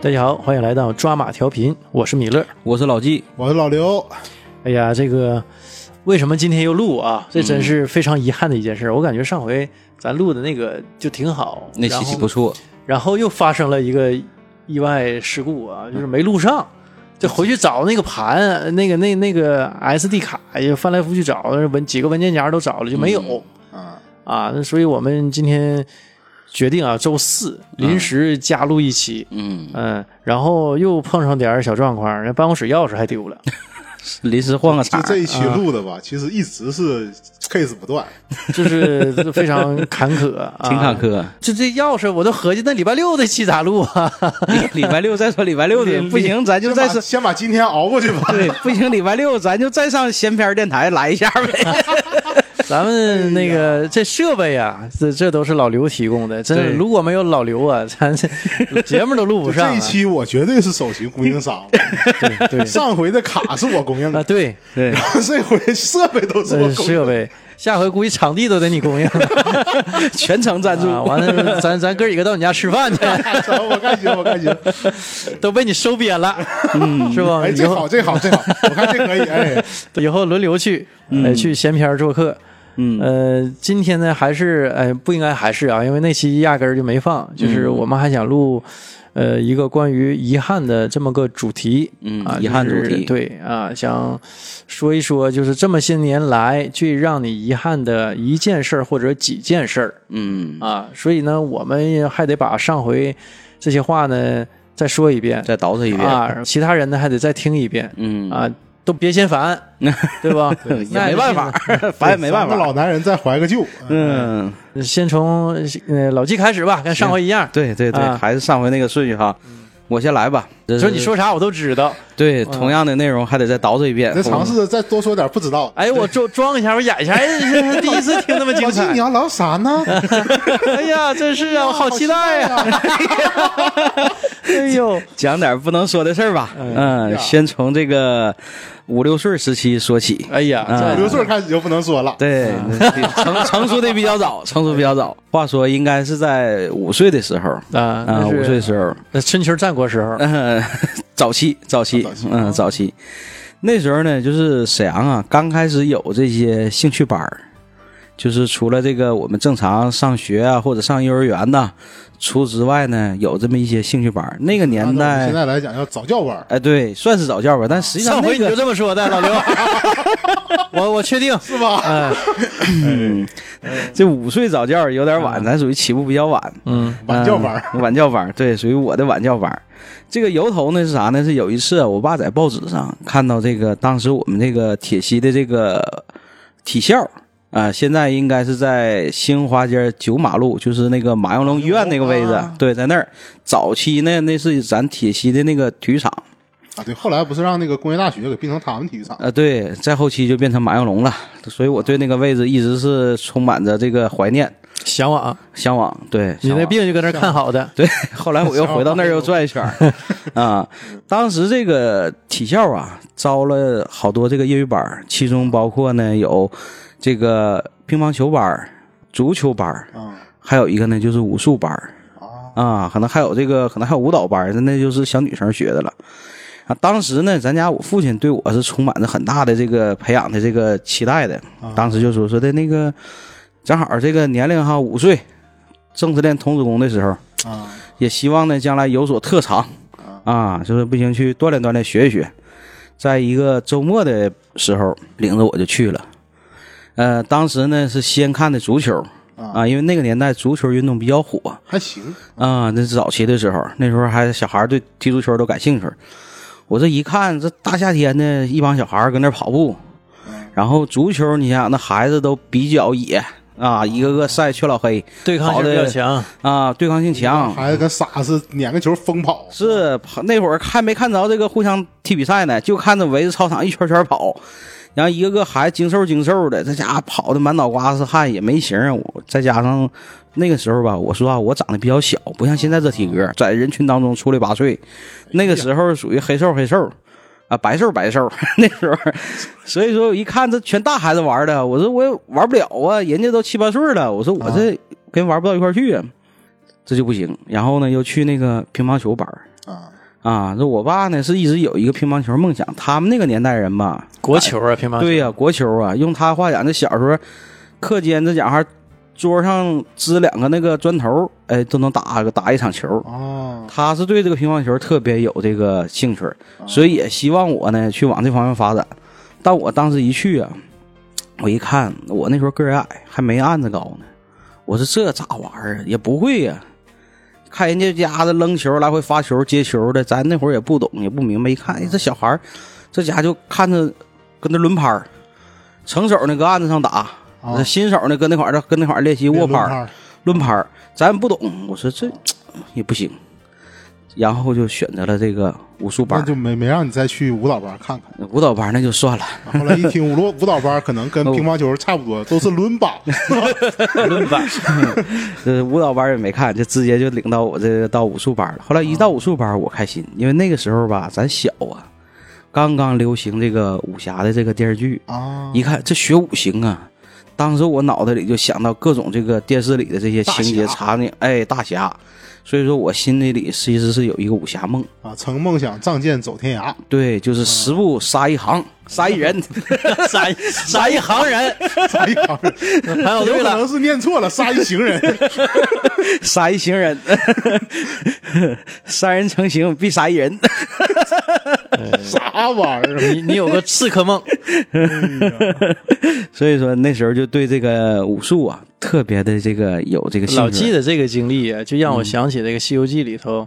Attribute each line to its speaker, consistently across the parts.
Speaker 1: 大家好，欢迎来到抓马调频，我是米勒。
Speaker 2: 我是老纪，
Speaker 3: 我是老刘，
Speaker 1: 哎呀，这个为什么今天又录啊？这真是非常遗憾的一件事。我感觉上回咱录的那个就挺好，
Speaker 2: 那期
Speaker 1: 然
Speaker 2: 期
Speaker 1: 后
Speaker 2: 不错，
Speaker 1: 然后又发生了一个意外事故啊，
Speaker 2: 嗯
Speaker 1: 就是没录上。就回去找那个盘，那个那那个 SD 卡，也翻来覆去找，文几个文件夹都找了，就没有、
Speaker 2: 嗯
Speaker 3: 啊，
Speaker 1: 啊。那所以我们今天决定啊，周四临时加录一期，
Speaker 2: 嗯，
Speaker 1: 嗯，然后又碰上点儿小状况，那办公室钥匙还丢了。
Speaker 2: 临时换个
Speaker 3: 就
Speaker 2: 场，
Speaker 3: 这一期录的吧，其实一直是 case 不断，
Speaker 1: 就是非常坎坷，啊、
Speaker 2: 挺坎。 坷。
Speaker 1: 就这钥匙，我都合计那礼拜六那期咋录啊？
Speaker 2: 礼拜六再说礼拜六的，不行咱就
Speaker 3: 先
Speaker 2: 再
Speaker 3: 把
Speaker 2: 上，
Speaker 3: 先把今天熬过去吧。
Speaker 2: 对，不行礼拜六咱就再上闲篇电台来一下呗。
Speaker 1: 咱们那个这设备啊，这这都是老刘提供的，真是
Speaker 2: 对
Speaker 1: 如果没有老刘啊， 咱这节目都录不上、
Speaker 3: 这
Speaker 1: 啊。
Speaker 3: 一期我绝对是首席供应商，
Speaker 1: 对对
Speaker 3: 上回的卡是我供应
Speaker 1: 啊
Speaker 3: 的，
Speaker 1: 对，
Speaker 2: 对，
Speaker 3: 这回设备都是
Speaker 1: 这
Speaker 3: 我供应。
Speaker 1: 设备，下回估计场地都得你供应
Speaker 2: 全程赞助。
Speaker 1: 啊。完了，咱咱哥几个到你家吃饭去，
Speaker 3: 的。我看哎行，我看行。
Speaker 1: 都被你收编了，嗯，是吧？
Speaker 3: 哎，
Speaker 1: 以
Speaker 3: 这
Speaker 1: 后
Speaker 3: 好，这好，这好，我看这可以。哎，
Speaker 1: 以后轮流去，呃，去闲篇儿做客。
Speaker 2: 嗯
Speaker 1: 呃，今天呢还是哎、不应该还是啊，因为那期压根儿就没放，就是
Speaker 2: 嗯
Speaker 1: 我们还想录。呃，一个关于遗憾的这么个主题，
Speaker 2: 嗯
Speaker 1: 啊，
Speaker 2: 遗憾主题
Speaker 1: 就是对啊，想说一说，就是这么些年来最让你遗憾的一件事儿或者几件事儿
Speaker 2: 嗯，
Speaker 1: 啊，所以呢，我们还得把上回这些话呢再说一遍，
Speaker 2: 再倒饬一遍。
Speaker 1: 啊，其他人呢还得再听一遍，
Speaker 2: 嗯
Speaker 1: 啊，都别嫌烦，对吧？
Speaker 2: 也没办法， 反正没办
Speaker 3: 咱们
Speaker 2: 法。
Speaker 3: 老男人再怀个旧。
Speaker 2: 嗯，
Speaker 1: 那先从呃老纪开始吧，跟上回一样，
Speaker 2: 对对对，
Speaker 1: 啊
Speaker 2: 还是上回那个顺序哈。嗯我先来吧。这
Speaker 1: 说你说啥我都知道。
Speaker 2: 对，同样的内容还得再倒饬一遍。
Speaker 3: 再尝试着再多说点不知道的。
Speaker 1: 哎，我装装一下，我演一下。哎，这第一次听那么精
Speaker 3: 老纪，
Speaker 1: 彩
Speaker 3: 你，要聊啥呢？
Speaker 1: 哎呀，真是啊，我好期待呀！
Speaker 3: 呀！
Speaker 1: 哎呦，
Speaker 2: 讲点不能说的事儿吧。嗯，
Speaker 3: 呀
Speaker 2: 先从这个五六岁时期说起。
Speaker 1: 哎呀，
Speaker 3: 五
Speaker 1: 这
Speaker 3: 六岁开始就不能说了。
Speaker 2: 对，成成熟的比较早，成熟比较早。话说应该是在五岁的时候，
Speaker 1: 啊，
Speaker 2: 啊，
Speaker 1: 那
Speaker 2: 五
Speaker 1: 是
Speaker 2: 岁时候，
Speaker 1: 那春秋战国时候，
Speaker 2: 嗯，早期，早期
Speaker 3: 啊早期，
Speaker 2: 嗯，早期。那时候呢，就是沈阳啊，刚开始有这些兴趣班儿，就是除了这个我们正常上学啊，或者上幼儿园呐、除之外呢，有这么一些兴趣班儿。那个年
Speaker 1: 啊
Speaker 3: 啊按照我们
Speaker 2: 代
Speaker 3: 现，在来讲叫早教班儿，
Speaker 2: 哎，对，算是早教吧，但实际上
Speaker 1: 上
Speaker 2: 那
Speaker 1: 回你
Speaker 2: 个
Speaker 1: 就这么说的，老 刘，我我确定
Speaker 3: 是吧？
Speaker 1: 哎，
Speaker 2: 这五岁早教有点
Speaker 1: 啊
Speaker 2: 晚，咱属于起步比较晚。
Speaker 1: 嗯
Speaker 3: 晚教班儿，
Speaker 2: 嗯 晚教班儿，对，属于我的晚教班儿。这个由头呢是啥呢？是有一次啊我爸在报纸上看到这个，当时我们这个铁西的这个体校啊、现在应该是在新华街九马路，就是那个马应龙医院那个位置，
Speaker 3: 啊
Speaker 2: 对，在那儿。早期呢，那是咱铁西的那个体育场，
Speaker 3: 啊，对，后来不是让那个工业大学给变成他们体育场，
Speaker 2: 啊，对，在后期就变成马应龙了，所以我对那个位置一直是充满着这个怀念、
Speaker 1: 向往，
Speaker 2: 向往。对，
Speaker 1: 啊你
Speaker 2: 向
Speaker 1: 那
Speaker 2: 往
Speaker 1: 病就搁那儿看好的，
Speaker 2: 对，后啊来我又回到那儿又转一圈儿啊。当时这个体校啊，招了好多这个业余班儿，其中包括呢有这个乒乓球班儿、足球班儿，
Speaker 3: 嗯，
Speaker 2: 还有一个呢就是武术班儿
Speaker 3: 啊，
Speaker 2: 啊，可能还有这个可能还有舞蹈班儿，那就是小女生学的了。啊，当时呢，咱家我父亲对我是充满着很大的这个培养的这个期待的。当时就说说的那个，正好这个年龄哈五岁，正是练童子功的时候，
Speaker 3: 啊，
Speaker 2: 也希望呢将来有所特长啊，就是不行去锻炼锻炼，学一学。在一个周末的时候，领着我就去了。呃，当时呢是先看的足球啊，因为那个年代足球运动比较火
Speaker 3: 还行，
Speaker 2: 啊，那是早期的时候，那时候还小孩儿对踢足球都感兴趣。我这一看，这大夏天的，一帮小孩儿搁那儿跑步，然后足球，你想想那孩子都比较野啊，一个个晒却老黑
Speaker 1: 对抗性比较强，
Speaker 2: 啊，对抗性强，
Speaker 3: 孩子跟傻子撵个球疯跑，
Speaker 2: 是跑那会儿看没看着这个互相踢比赛呢？就看着围着操场一圈圈跑，然后一个个孩子精瘦精瘦的，这家伙跑的满脑瓜是汗，也没型儿。啊我再加上那个时候吧，我说啊，我长得比较小，不像现在这体格，在人群当中出类拔萃。那个时候属于黑瘦黑瘦。啊，白瘦白瘦， 那时候，所以说我一看这全大孩子玩的，我说我也玩不了啊，人家都七八岁了，我说我这跟玩不到一块儿去啊。这就不行。然后呢，又去那个乒乓球班儿
Speaker 3: 啊，
Speaker 2: 啊。这我爸呢是一直有一个乒乓球梦想，他们那个年代人吧，
Speaker 1: 国球啊，乒乓球，
Speaker 2: 对呀、国球啊，用他话讲，这小时候课间这家伙桌上支两个那个砖头，哎，都能打个打一场球。
Speaker 3: 哦，
Speaker 2: 他是对这个乒乓球特别有这个兴趣，所以也希望我呢去往这方面发展。但我当时一去啊，我一看，我那时候个儿矮，还没案子高呢。我说这咋玩儿啊？也不会呀、看人家家的扔球、来回发球、接球的，咱那会儿也不懂，也不明白。一看，哎，这小孩儿，这家就看着跟那轮拍儿，成手呢搁案子上打，
Speaker 3: 啊
Speaker 2: 那新手呢跟那块儿跟那块儿练习握拍儿。
Speaker 3: 儿，
Speaker 2: 轮盘儿，咱不懂。我说这也不行，然后就选择了这个武术班
Speaker 3: 那
Speaker 2: 儿。
Speaker 3: 就没没让你再去舞蹈班看看。
Speaker 2: 舞蹈班儿那就算 了，
Speaker 3: 后来一 听，舞蹈舞蹈班可能跟乒乓球差不多，都是轮板。
Speaker 1: 轮板，
Speaker 2: 这舞蹈班儿也没看，就直接就领到我这个到武术班儿了。后来一
Speaker 3: 啊
Speaker 2: 到武术班，儿，我开心，因为那个时候吧，咱小啊，刚刚流行这个武侠的这个电视剧，
Speaker 3: 啊，
Speaker 2: 一看这学武行啊，当时我脑袋里就想到各种这个电视里的这些情节
Speaker 3: 大侠
Speaker 2: 场景，哎，大侠。所以说我心里里其实是有一个武侠梦，
Speaker 3: 啊，曾梦想仗剑走 天涯，
Speaker 2: 对，
Speaker 1: 嗯
Speaker 2: 就是十步杀一行，杀 一人。
Speaker 1: 杀一杀一行人，
Speaker 3: 杀一行
Speaker 1: 还有
Speaker 2: 哦
Speaker 3: 人，哎有
Speaker 1: 对
Speaker 3: 可
Speaker 1: 了，
Speaker 3: 能是念错了，杀一 行人。
Speaker 2: 杀一行人， 三人成行必杀一 人。
Speaker 3: 啥玩意儿？
Speaker 1: 你你有个刺客梦，
Speaker 2: 所以说那时候就对这个武术啊特别的这个有这个兴趣。
Speaker 1: 老纪的这个经历啊，就让我想起这个《西游记》里头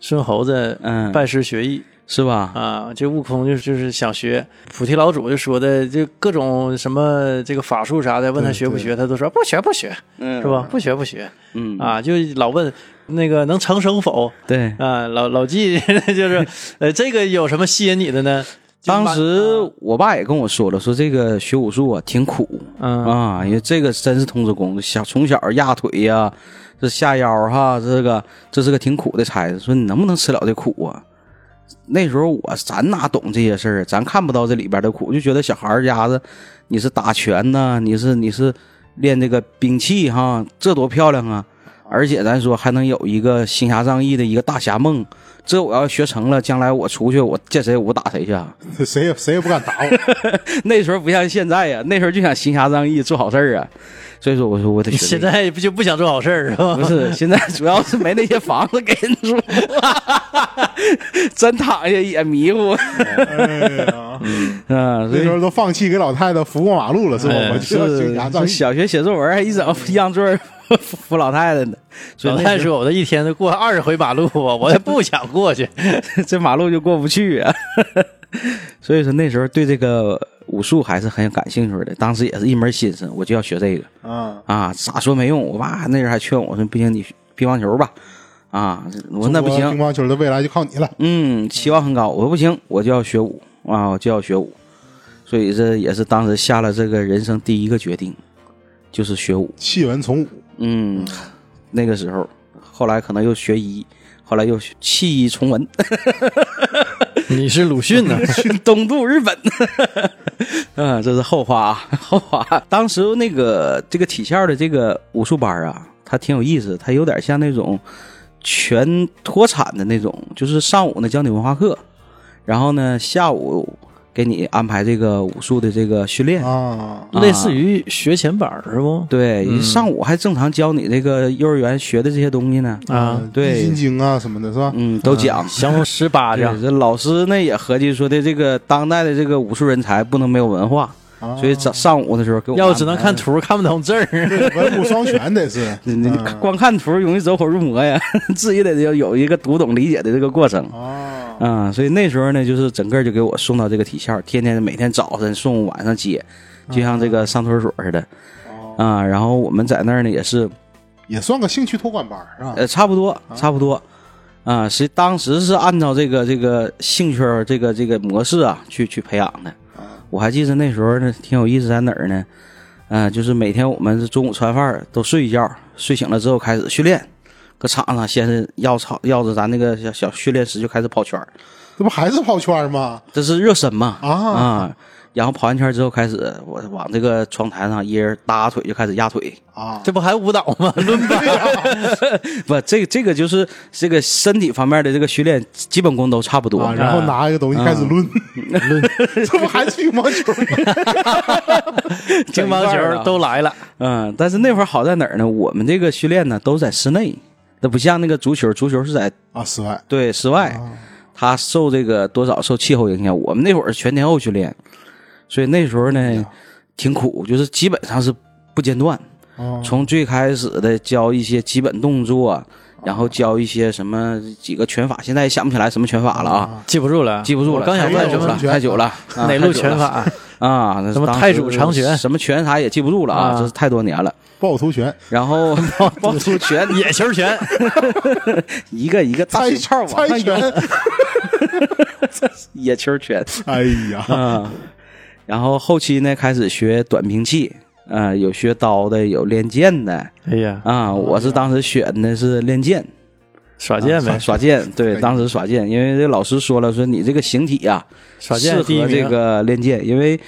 Speaker 1: 孙猴子
Speaker 2: 嗯
Speaker 1: 拜师学艺
Speaker 2: 是吧？
Speaker 1: 啊，这悟空就是就是想学，菩提老祖就说的就各种什么这个法术啥的，问他
Speaker 3: 对
Speaker 1: 学不
Speaker 3: 对
Speaker 1: 学，他都说不学不学，
Speaker 2: 嗯
Speaker 1: 是？吧？不学不学
Speaker 2: 嗯
Speaker 1: 啊，就老问那个能成生否
Speaker 2: 对。
Speaker 1: 啊？老老纪 就是呃，这个有什么吸引你的呢？就
Speaker 2: 当
Speaker 1: 满啊
Speaker 2: 时我爸也跟我说了，说这个学武术啊挺苦
Speaker 1: 嗯
Speaker 2: 啊，因为这个真是童子功，小从小压腿呀、这下腰儿哈，这个这是个挺苦的差事。说你能不能吃了这苦啊？那时候我咱哪懂这些事儿，啊咱看不到这里边的苦，就觉得小孩儿家子你是打拳呐、你是你是练这个兵器哈，这多漂亮啊！而且咱说还能有一个行侠仗义的一个大侠梦，这我要学成了，将来我出去我见谁我打谁去啊！
Speaker 3: 谁也谁也不敢打我。
Speaker 2: 那时候不像现在呀、那时候就想行侠仗义做好事儿啊，所以说我说我得学 这个
Speaker 1: 现
Speaker 2: 嗯
Speaker 1: 在不就不想做好事儿是吧
Speaker 2: 不？ 是，现在主要是没那些房子给人住， 真躺下也迷糊。
Speaker 3: 哎 呀，
Speaker 2: 嗯，所
Speaker 3: 那
Speaker 2: 以
Speaker 3: 时候都放弃给老太太扶过马路了，是吧？
Speaker 1: 哎
Speaker 3: 我就要行
Speaker 2: 是
Speaker 3: 侠仗
Speaker 2: 是
Speaker 3: 义。
Speaker 2: 小学写作文还一整让座儿 扶老太太呢。所以
Speaker 1: 老
Speaker 2: 那
Speaker 1: 太
Speaker 2: 时
Speaker 1: 说：“我这一天都过二十回马路啊，我也不想过去。
Speaker 2: 候 这马路就过不去啊。 所以说那时候对这个武术还是很感兴趣的，当时也是一门心思，我就要学这个。
Speaker 3: 啊，
Speaker 2: 啊，咋说没用？我爸那时候还劝我说：“不行，你乒乓球吧。”啊，我说那不
Speaker 3: 中国
Speaker 2: 行，
Speaker 3: 乒乓球的未来就靠你了。
Speaker 2: 嗯，期望很高。我说不行，我就要学武啊，我就要学武。所以这也是当时下了这个人生第一个决定，就是学武。
Speaker 3: 弃文从武，
Speaker 2: 嗯，那个时候，后来可能又学医，后来又学弃医从文，”
Speaker 1: 你是鲁迅 呢？
Speaker 2: 去东渡日本。 嗯，这是后话啊， 后话。当时那个这个体校的这个武术班啊，它挺有意思，它有点像那种全脱产的那种，就是上午呢教你文化课，然后呢下午给你安排这个武术的这个训练。
Speaker 3: 啊，
Speaker 1: 类似于学前班儿是不？
Speaker 2: 对，上午还正常教你这个幼儿园学的这些东西呢，
Speaker 1: 啊，
Speaker 2: 对
Speaker 3: 易筋经啊什么的，是吧？
Speaker 2: 嗯，都讲。
Speaker 1: 降龙十八
Speaker 2: 对
Speaker 1: 掌，
Speaker 2: 这老师呢也合计说的，这个当代的这个武术人才不能没有文化，
Speaker 3: 啊
Speaker 2: 所以早上午的时候给我
Speaker 1: 要
Speaker 2: 们
Speaker 1: 只能看图看不懂字儿。
Speaker 3: 对文武双全得 是
Speaker 2: 嗯
Speaker 3: 嗯
Speaker 2: 你你光看图容易走火入魔呀， 自己得要有一个读懂理解的这个过程
Speaker 3: 啊，
Speaker 2: 啊、所以那时候呢，就是整个就给我送到这个体校，天天每天早晨送，晚上接，就像这个上托儿所似的啊、然后我们在那儿呢也是，
Speaker 3: 也算个兴趣托管班儿是啊吧？
Speaker 2: 呃，差不多，差不多啊、是当时是按照这个这个兴趣儿这个这个模式啊去去培养的。我还记得那时候呢，挺有意思，在哪儿呢？嗯、就是每天我们是中午吃完饭儿都睡一觉，睡醒了之后开始训练，搁场上先是绕场，绕着咱那个小小训练室就开始跑圈儿，
Speaker 3: 这不还是跑圈儿吗？
Speaker 2: 这是热身嘛？
Speaker 3: 啊
Speaker 2: 啊，然后跑完圈之后开始，我往这个窗台上一人搭腿就开始压腿，
Speaker 3: 啊，
Speaker 1: 这不还舞蹈 吗？伦巴，
Speaker 2: 不，这这个就是这个身体方面的这个训练基本功都差不多。
Speaker 3: 啊，然后拿一个东西开始
Speaker 2: 啊
Speaker 3: 抡，抡， 这不还是羽毛球吗？
Speaker 1: 乒乓球都来了，
Speaker 2: 嗯，但是那会儿好在哪儿呢？我们这个训练呢都在室内，那不像那个足球，足球是在
Speaker 3: 啊，室外
Speaker 2: 对室外，
Speaker 3: 啊
Speaker 2: 它受这个多少受气候影响。我们那会儿是全天候训练，所以那时候
Speaker 3: 哎
Speaker 2: 呢挺苦，就是基本上是不间断，
Speaker 3: 啊，
Speaker 2: 从最开始的教一些基本动作，然后教一些什么几个拳法，现在也想不起来什么拳法了啊。
Speaker 1: 记不住了，
Speaker 2: 记不住
Speaker 1: 我
Speaker 2: 了，
Speaker 1: 刚想
Speaker 2: 太
Speaker 1: 问
Speaker 2: 久
Speaker 1: 什
Speaker 2: 了
Speaker 1: 么
Speaker 2: 太久了，啊
Speaker 1: 哪
Speaker 2: 太
Speaker 1: 路
Speaker 2: 久
Speaker 1: 拳
Speaker 2: 了
Speaker 1: 法，
Speaker 2: 啊？那
Speaker 1: 什么
Speaker 2: 当
Speaker 1: 太
Speaker 2: 时
Speaker 1: 祖长拳
Speaker 2: 什么拳啥也记不住了啊，
Speaker 1: 啊
Speaker 2: 这是太多年了。
Speaker 3: 趵突拳，
Speaker 2: 然后 趵突拳
Speaker 1: 野球拳，
Speaker 2: 一个一个大
Speaker 3: 猜
Speaker 2: 手串往
Speaker 3: 猜
Speaker 2: 上
Speaker 3: 拳
Speaker 2: 扔，，野球拳。
Speaker 3: 哎呀，
Speaker 2: 嗯，然后后期呢开始学短兵器，啊、有学刀的，有练剑的
Speaker 1: 哎呀，
Speaker 2: 啊。我是当时选的是练剑，
Speaker 1: 耍剑
Speaker 2: 耍
Speaker 1: 呗，
Speaker 2: 耍剑，对，
Speaker 3: 以
Speaker 2: 当时耍剑，因为这老师说了，说你这个形体啊，
Speaker 1: 耍
Speaker 2: 适
Speaker 1: 剑第一
Speaker 2: 合
Speaker 1: 名，啊
Speaker 2: 这个练剑，因为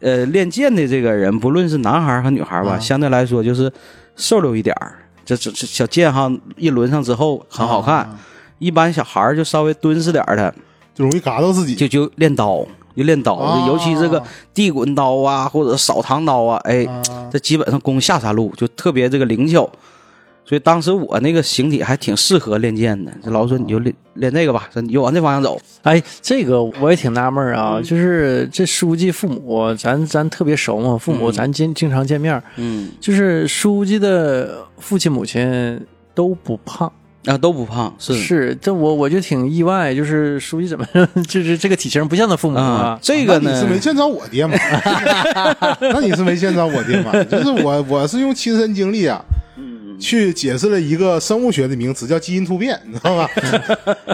Speaker 2: 呃练剑的这个人，不论是男孩儿和女孩儿吧，相对来说就是瘦溜一点儿，这这这小剑哈一抡上之后 很好看。
Speaker 3: 啊
Speaker 2: 一般小孩儿就稍微敦实点儿的，
Speaker 3: 就容易嘎到自己
Speaker 2: 就就练刀，就练刀，
Speaker 3: 哦
Speaker 2: 尤其这个地滚刀啊，或者扫堂刀啊，哎，这基本上攻下山路就特别这个灵巧。所以当时我那个形体还挺适合练剑的，这老师说你就练练这个吧，说你就往这方向走。
Speaker 1: 哎，这个我也挺纳闷儿啊，就是这书记父母，咱咱特别熟嘛，父母咱经经常见面儿，
Speaker 2: 嗯，
Speaker 1: 就是书记的父亲母亲都不胖，
Speaker 2: 啊都不胖，是
Speaker 1: 是这我我就挺意外，就是书记怎么 就是这个体型不像他父母
Speaker 2: 啊
Speaker 1: 啊，，
Speaker 2: 这个
Speaker 3: 那你是没
Speaker 2: 呢，
Speaker 3: 见着我 爹吗？那你是没见着我爹吗？就是我，我是用亲身经历啊，去解释了一个生物学的名词，叫基因突变，你知 道吧？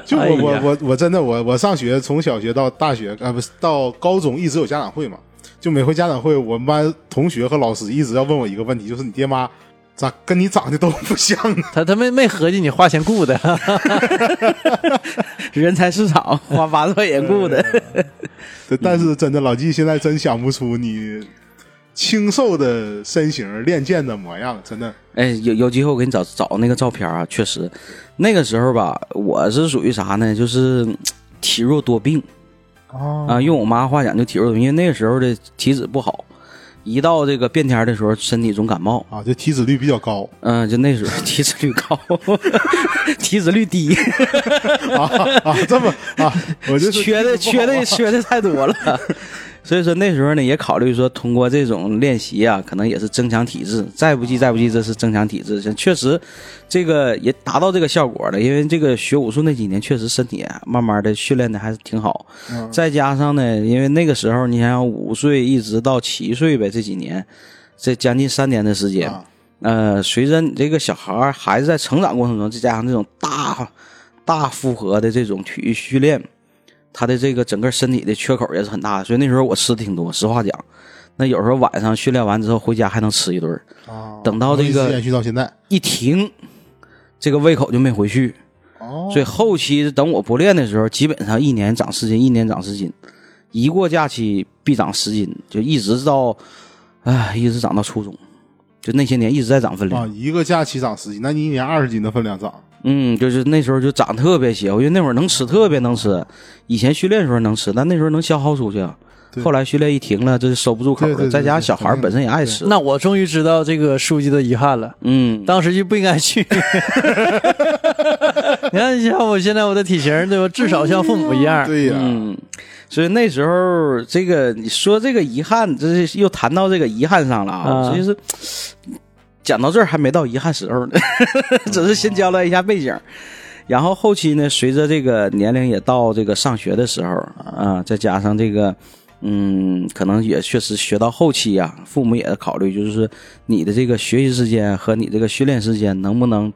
Speaker 3: 就我
Speaker 1: 哎
Speaker 3: 我
Speaker 1: 呀
Speaker 3: 我我真的我我上学从小学到大学啊不是到高中一直有家长会嘛，就每回家长会，我们班同学和老师一直要问我一个问题，就是你爹妈咋跟你长得都不像呢？
Speaker 1: 他他没没合计你花钱雇的，
Speaker 2: 人才市 场花八万也雇的，
Speaker 1: 嗯
Speaker 3: 对但是真的老纪现在真想不出你清瘦的身形练剑的模样，真的。
Speaker 2: 哎，有有机会我给你找找那个照片啊，确实，那个时候吧，我是属于啥呢？就是嗯体弱多病
Speaker 3: 哦
Speaker 2: 啊、用我妈话讲就体弱多病，因为那个时候的体质不好，一到这个变天的时候，身体总感冒。
Speaker 3: 啊，就体脂率比较高
Speaker 2: 嗯、就那时候 体脂率高，体脂率低，
Speaker 3: 啊啊，这么啊，我就说
Speaker 2: 缺的
Speaker 3: 体脂不
Speaker 2: 缺
Speaker 3: 好
Speaker 2: 的缺的太多了， 所以说那时候呢，也考虑说通过这种练习啊，可能也是增强体质。再不济，再不济，这是增强体质。确实，这个也达到这个效果了。因为这个学武术那几年，确实身体啊慢慢的训练的还是挺好。再加上呢，因为那个时候你想想，五岁一直到七岁呗，这几年，这将近三年的时间。
Speaker 3: 啊
Speaker 2: 呃，随着你这个小孩儿孩子在成长过程中，再加上这种大大负荷的这种体育训练，他的这个整个身体的缺口也是很大的。所以那时候我吃的挺多，实话讲，那有时候晚上训练完之后回家还能吃一顿儿，
Speaker 3: 啊，
Speaker 2: 等到这
Speaker 3: 一直
Speaker 2: 个
Speaker 3: 延续到现在
Speaker 2: 一停，这个胃口就没回去。
Speaker 3: 哦，
Speaker 2: 所以后期等我不练的时候，基本上一年长十斤，一年长十斤，一过假期必长十斤，就一直到，唉，一直长到初中，就那些年一直在长分量
Speaker 3: 啊，。一个假期长十斤，那你一年二十斤的分量长，
Speaker 2: 嗯，就是那时候就长特别邪乎，因为那会儿能吃特别能吃，以前训练的时候能吃，但那时候能消耗出去啊。
Speaker 3: 对
Speaker 2: 后来训练一停了，这就收不住口
Speaker 3: 对对
Speaker 2: 了。
Speaker 3: 对
Speaker 2: 再加上
Speaker 3: 对
Speaker 2: 小孩儿本身也爱吃，
Speaker 1: 那我终于知道这个书记的遗憾了。
Speaker 2: 嗯，
Speaker 1: 当时就不应该去。 你看，像我现在我的体型，对吧？至少像父母一样。
Speaker 3: 对呀，
Speaker 2: 嗯，所以那时候这个你说这个遗憾，这是又谈到这个遗憾上了啊。
Speaker 1: 啊
Speaker 2: 所以是讲到这儿还没到遗憾时候呢， 只是先交代一下背景。然后后期呢，随着这个年龄也到这个上学的时候啊，再加上这个。嗯，可能也确实学到后期啊，父母也考虑，就是你的这个学习时间和你这个训练时间能不能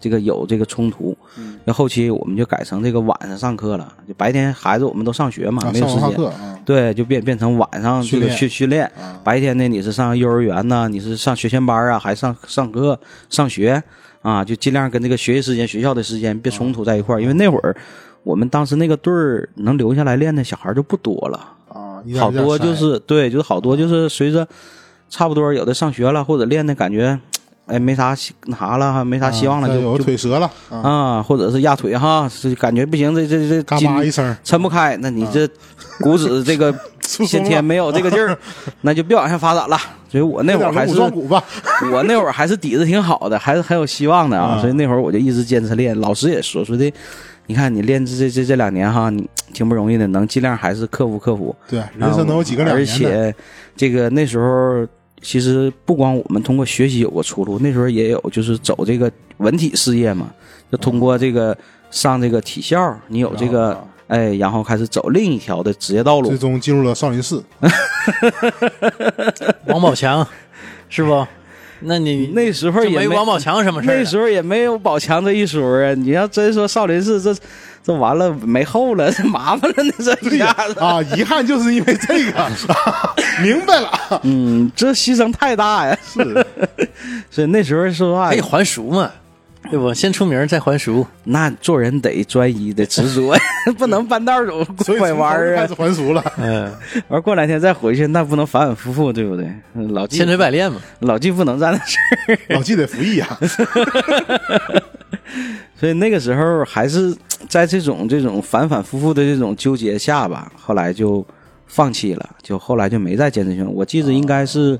Speaker 2: 这个有这个冲突。
Speaker 3: 嗯
Speaker 2: 那、后期我们就改成这个晚上上课了，就白天孩子我们都上学嘛，
Speaker 3: 啊
Speaker 2: 没有
Speaker 3: 上
Speaker 2: 时
Speaker 3: 文化
Speaker 2: 间。
Speaker 3: 课啊，
Speaker 2: 对，就变变成晚上这
Speaker 3: 训
Speaker 2: 个
Speaker 3: 练
Speaker 2: 去训练，
Speaker 3: 啊
Speaker 2: 白天呢你是上幼儿园呐、你是上学前班啊，还上上课上学啊，就尽量跟这个学习时间、学校的时间别冲突
Speaker 3: 啊
Speaker 2: 在一块儿，因为那会儿我们当时那个队儿能留下来练的小孩儿就不多了。
Speaker 3: 啊，啊，一点
Speaker 2: 好
Speaker 3: 一点
Speaker 2: 多
Speaker 3: 筛
Speaker 2: 就是对，就是好多就是随着差不多有的上学了，或者练的感觉，哎，没啥希那啥了，没啥希望了，
Speaker 3: 再啊
Speaker 2: 就
Speaker 3: 有个
Speaker 2: 就
Speaker 3: 腿折了啊，
Speaker 2: 啊，或者是压腿哈，是感觉不行，这这这
Speaker 3: 嘎
Speaker 2: 筋
Speaker 3: 巴一声，
Speaker 2: 抻不开，那你这股指这 个
Speaker 3: 疏松
Speaker 2: 先
Speaker 3: 了
Speaker 2: 天没有这个劲 儿，那就别往下发展了。所以我那
Speaker 3: 有
Speaker 2: 会儿
Speaker 3: 点
Speaker 2: 还
Speaker 3: 龙
Speaker 2: 是
Speaker 3: 骨撞骨吧，
Speaker 2: 我那会儿还是底子挺好的，还是很有希望的啊，
Speaker 3: 啊
Speaker 2: 所以那会儿我就一直坚持练。老师也说说的，你看你练这这这这两年哈，你挺不容易的，能尽量还是克服克服。
Speaker 3: 对，人生能有几个两
Speaker 2: 啊而
Speaker 3: 年的？
Speaker 2: 且这个那时候其实不光我们通过学习有过出路，那时候也有就是走这个文体事业嘛，就通过这个上这个体校，你有这
Speaker 3: 然
Speaker 2: 个
Speaker 3: 后
Speaker 2: 哎，然后开始走另一条的职业道路
Speaker 3: 啊最。终进入了少 林寺，
Speaker 1: 王宝强，是不？ 那你
Speaker 2: 那时候
Speaker 1: 就
Speaker 2: 也
Speaker 1: 没王宝强什么事儿啊
Speaker 2: 那
Speaker 1: 了
Speaker 2: 时候也没有宝强这一说啊！你要真说少林寺，这这完了没后了， 这麻烦了，那这一下子，
Speaker 3: 啊，遗憾就是因为这个， 明白了，
Speaker 2: 嗯，这牺牲太大呀！
Speaker 3: 是
Speaker 2: 所以那时候说实话
Speaker 1: 可以，还俗嘛，对不？先出名儿再还俗，
Speaker 2: 那做人得专一，得执 着，不能半道儿走
Speaker 3: 所以
Speaker 2: 拐
Speaker 3: 从
Speaker 2: 弯
Speaker 3: 头
Speaker 2: 儿
Speaker 3: 就开
Speaker 2: 啊
Speaker 3: 始！还 俗了。
Speaker 1: 嗯，
Speaker 2: 完过两天再回去，那不能反反复复，对不对？嗯老
Speaker 1: 千
Speaker 2: 纪
Speaker 1: 锤百炼嘛。
Speaker 2: 老纪不能干的事儿。
Speaker 3: 老纪得服 役啊，
Speaker 2: 所以那个时候还是在这种这种反反复复的这种纠结下吧，后来就放弃了，就后来就没再坚持下去。我记得应该是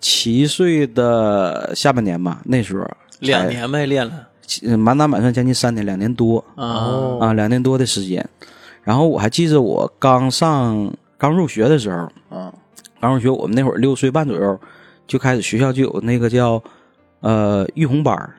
Speaker 2: 七岁的下半年吧，那时候
Speaker 1: 两年呗，练了
Speaker 2: 才呃满打满算将近三年，两年多
Speaker 1: 啊，
Speaker 2: 啊，两年多的时间。然后我还记着我刚上刚入学的时候，
Speaker 3: 啊，
Speaker 2: 刚入学我们那会儿六岁半左右就开始学校就有那个叫呃育红班儿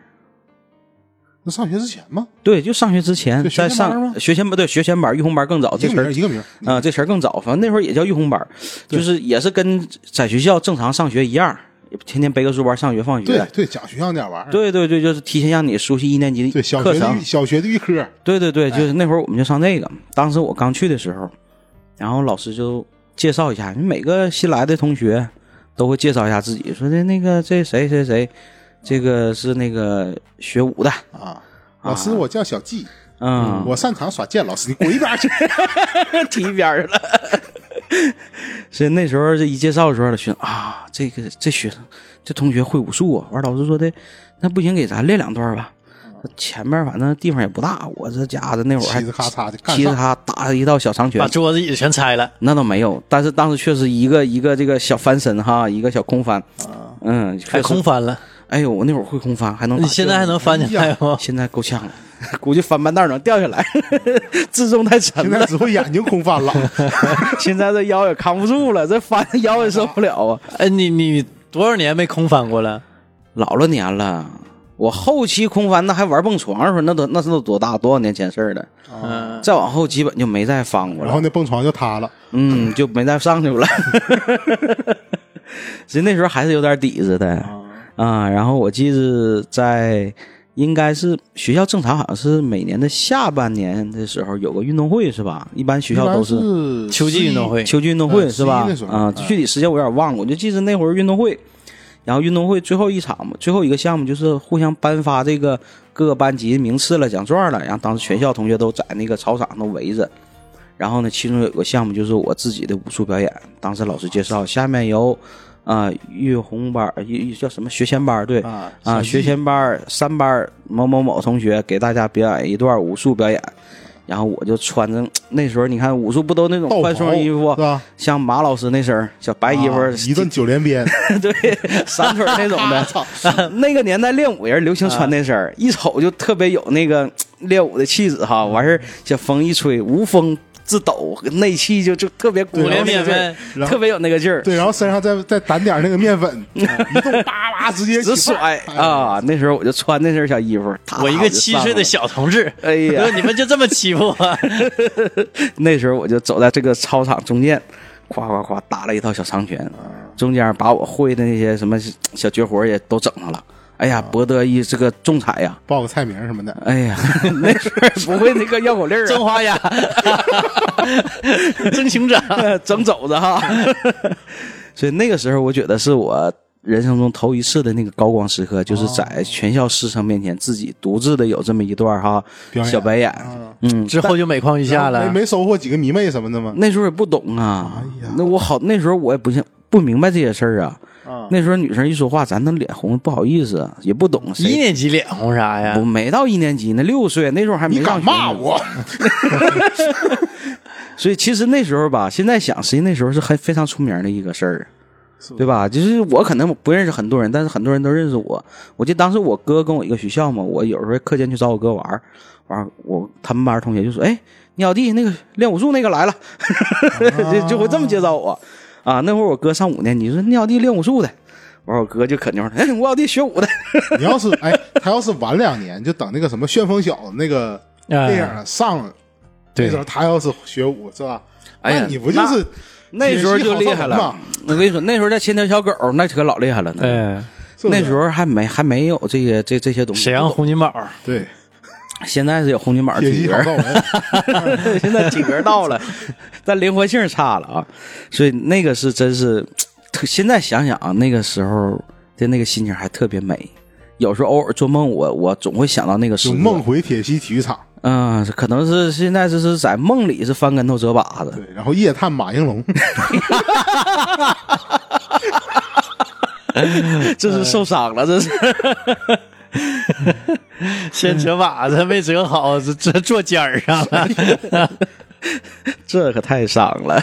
Speaker 3: 那上学之前吗？
Speaker 2: 对，就上学之前
Speaker 3: 对学
Speaker 2: 在
Speaker 3: 前班
Speaker 2: 上
Speaker 3: 吗
Speaker 2: 学前班，对学前班、育红班更早，
Speaker 3: 一
Speaker 2: 这
Speaker 3: 个
Speaker 2: 词
Speaker 3: 名
Speaker 2: 儿
Speaker 3: 儿一个名儿，
Speaker 2: 啊、这词儿更早，反正那会儿也叫育红班儿，就是也是跟在学校正常上学一样，也不天天背个书包上学放
Speaker 3: 对
Speaker 2: 学。
Speaker 3: 对，讲学校那点玩意儿，
Speaker 2: 对对对，就是提前让你熟悉一年级
Speaker 3: 对
Speaker 2: 的
Speaker 3: 小
Speaker 2: 课
Speaker 3: 学的
Speaker 2: 程
Speaker 3: 预。小学的预科，
Speaker 2: 对对对，就是那会儿我们就上这个。当时我刚去的时候，然后老师就介绍一下，每个新来的同学都会介绍一下自己，说的那个这谁谁谁，这个是那个学武的，
Speaker 3: 啊。老师，我叫小纪，
Speaker 2: 嗯，
Speaker 3: 我擅长耍剑。老师，你滚一边儿去！
Speaker 2: 提一边儿了。 所以那时候这一介绍的时候，学生啊，这个这学生这同学会武术啊。完，老师说的，那不行，给咱练两段儿吧。前面反正地方也不大，我这家的那会儿还
Speaker 3: 嘁哧咔嚓的干
Speaker 2: 嘁哧
Speaker 3: 上，
Speaker 2: 咔打一道小长拳
Speaker 1: 把，桌子椅子全拆了，
Speaker 2: 那倒没有，但是当时确实一个一个这个小翻身哈，一个小空翻，嗯，确
Speaker 1: 还
Speaker 2: 实
Speaker 1: 空，翻了。
Speaker 2: 哎呦，我那会儿会空翻，还能
Speaker 1: 你
Speaker 2: 打
Speaker 1: 现
Speaker 2: 这
Speaker 1: 在
Speaker 2: 个
Speaker 1: 还能翻起来吗？
Speaker 2: 现在够呛了， 估计翻半道儿能掉下来， 自重太沉
Speaker 3: 现
Speaker 2: 了
Speaker 3: 在。只会眼睛空 翻了。
Speaker 2: 现在这腰也扛不住了，这翻腰也受不了啊！
Speaker 1: 哎，你你多少年没空翻过了？
Speaker 2: 老了年了，我后期空翻那还玩蹦床的时候，那都那是都多大多少年前事儿了。
Speaker 1: 嗯，
Speaker 2: 再往后基本就没再翻过
Speaker 3: 然
Speaker 2: 了，
Speaker 3: 后那蹦床就塌了，
Speaker 2: 嗯，就没再上去 了。其实那时候还是有点底子的啊。然后我记得在应该是学校正常，好像是每年的下半年的时候有个运动会是吧？一般学校都
Speaker 3: 一般是
Speaker 1: 秋季运动会
Speaker 2: 秋季运动会
Speaker 3: 嗯
Speaker 2: 是吧
Speaker 3: 11那时？候
Speaker 2: 啊，
Speaker 3: 嗯
Speaker 2: 具体时间我有点忘了，我就记得那会儿运动会，然后运动会最后一场嘛，最后一个项目就是互相颁发这个各个班级名次了、奖状了，然后当时全校同学都在那个操场都围着。然后呢，其中有个项目就是我自己的武术表演，当时老师介绍，下面由啊、育红班儿育育叫什么学前班儿对
Speaker 3: 啊
Speaker 2: 啊，
Speaker 3: 小
Speaker 2: 学
Speaker 3: 纪
Speaker 2: 前班儿三班儿某某某同学给大家表演一段武术表演，然后我就穿着那时候你看武术不都那种
Speaker 3: 道
Speaker 2: 宽
Speaker 3: 袍
Speaker 2: 松衣服
Speaker 3: 是，吧？
Speaker 2: 像马老师那身儿小白衣服
Speaker 3: 啊
Speaker 2: 儿，
Speaker 3: 一 顿九连鞭，
Speaker 2: 对闪腿儿那种 的。 那个年代练武人流行穿那身
Speaker 3: 啊
Speaker 2: 儿，一瞅就特别有那个练武的气质哈。
Speaker 3: 嗯
Speaker 2: 完事儿小风一吹，无风自抖，内气就就特别鼓
Speaker 3: 对
Speaker 1: 连
Speaker 2: 那个
Speaker 1: 鞭
Speaker 2: 劲儿
Speaker 1: 呗，
Speaker 3: 然后
Speaker 2: 特别有那个劲儿。
Speaker 3: 对，然后身上再再掸点那个 面粉，一动叭叭直接
Speaker 2: 直
Speaker 3: 起泡
Speaker 2: 甩啊！那时候我就穿那身小衣服，踏
Speaker 1: 我一个
Speaker 2: 就
Speaker 1: 七
Speaker 2: 上
Speaker 1: 岁的
Speaker 2: 了
Speaker 1: 小同志，
Speaker 2: 哎呀
Speaker 1: 我说你们就这么啊欺负 我？
Speaker 2: 那时候我就走在这个操场中间，夸夸夸打了一套小长拳，中间把我会的那些什么小绝活也都整上了。哎呀，博得一这个重彩呀！
Speaker 3: 报个菜名什么的。
Speaker 2: 哎呀， 那时候不会那个绕口令儿
Speaker 1: 曾
Speaker 2: 啊
Speaker 1: 花丫，曾行长，
Speaker 2: 整走着哈。所以那个时候，我觉得是我人生中头一次的那个高光时刻，就是
Speaker 3: 哦
Speaker 2: 在全校师生面前自己独自的有这么一段儿哈
Speaker 3: 表演
Speaker 2: 小白眼，
Speaker 3: 嗯
Speaker 2: 嗯，
Speaker 1: 之后就每况愈下
Speaker 3: 然
Speaker 1: 了
Speaker 3: 后没。没收获几个迷妹什么的吗？
Speaker 2: 那时候也不懂啊，
Speaker 3: 哎呀
Speaker 2: 那我好那时候我也不像不明白这些事儿啊。
Speaker 3: 啊，
Speaker 2: 那时候女生一说话，咱都脸红，不好意思，也不懂
Speaker 1: 一
Speaker 2: 谁。
Speaker 1: 年级脸红啥呀
Speaker 2: 我？没到一年级呢，六岁那时候还没
Speaker 3: 你
Speaker 2: 上
Speaker 3: 敢
Speaker 2: 嗯学
Speaker 3: 骂
Speaker 2: 呢？
Speaker 3: 我？
Speaker 2: 所以其实那时候吧，现在想，实际那时候是很非常出名的一个事儿，对吧？就是我可能不认识很多人，但是很多人都认识我。我记得当时我哥跟我一个学校嘛，我有时候课间去找我哥玩儿，完儿我他们班同学就说：“哎，你小弟那个练武术那个来了， 就就会这么介绍我啊。”那会儿我哥上五年级，说你小弟练武术的，完儿我哥就可牛了，哎， 我小弟学武的，
Speaker 3: 你要是哎，他要是晚两年，就等那个什么《旋风小子》那个
Speaker 2: 哎
Speaker 3: 电影
Speaker 1: 啊，
Speaker 3: 儿上了，
Speaker 1: 对
Speaker 3: 那时候他要是学武是吧？
Speaker 2: 哎呀
Speaker 3: 那你不就是
Speaker 2: 那时候就厉害
Speaker 3: 学习好造
Speaker 2: 了
Speaker 3: 成嘛。
Speaker 2: 我跟你说，那时候在牵条小狗，那可老厉害了呢。
Speaker 1: 哎，
Speaker 3: 是不是
Speaker 2: 那时候还没还没有这些这这些东西，
Speaker 1: 沈阳洪金宝，
Speaker 3: 对
Speaker 2: 现在是有红金宝
Speaker 3: 学
Speaker 2: 体
Speaker 3: 习
Speaker 2: 格
Speaker 3: 好
Speaker 2: 儿，
Speaker 3: 造文，
Speaker 2: 现在体格儿到了， 但灵活性差了啊。所以那个是真是，特现在想想啊，那个时候的那个心情还特别美。有时候偶尔做梦我，我总会想到那个时
Speaker 3: 就
Speaker 2: 刻
Speaker 3: 梦，回铁西体育场，
Speaker 2: 嗯，可能是现在就是在梦里是翻跟头折把子，
Speaker 3: 对，然后夜探马应龙，
Speaker 2: 这是受伤了，这是。
Speaker 1: 先折把子没折好，这 这坐尖儿上了。
Speaker 2: 这可太伤 了，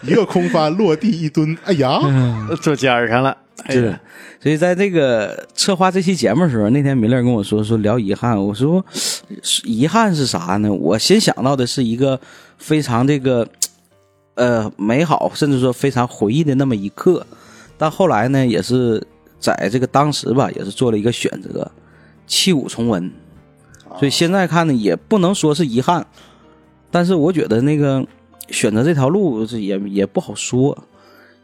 Speaker 3: 一个空翻落地一蹲，哎呀，
Speaker 2: 嗯
Speaker 1: 坐尖儿上了，
Speaker 2: 哎呀，所以在这个策划这期节目的时候，那天米勒跟我说说聊遗憾，我说遗憾是啥呢？我先想到的是一个非常这个呃美好，甚至说非常回忆的那么一刻，但后来呢，也是在这个当时吧，也是做了一个选择，弃武从文。所以现在看呢，也不能说是遗憾，但是我觉得那个选择这条路是也也不好说。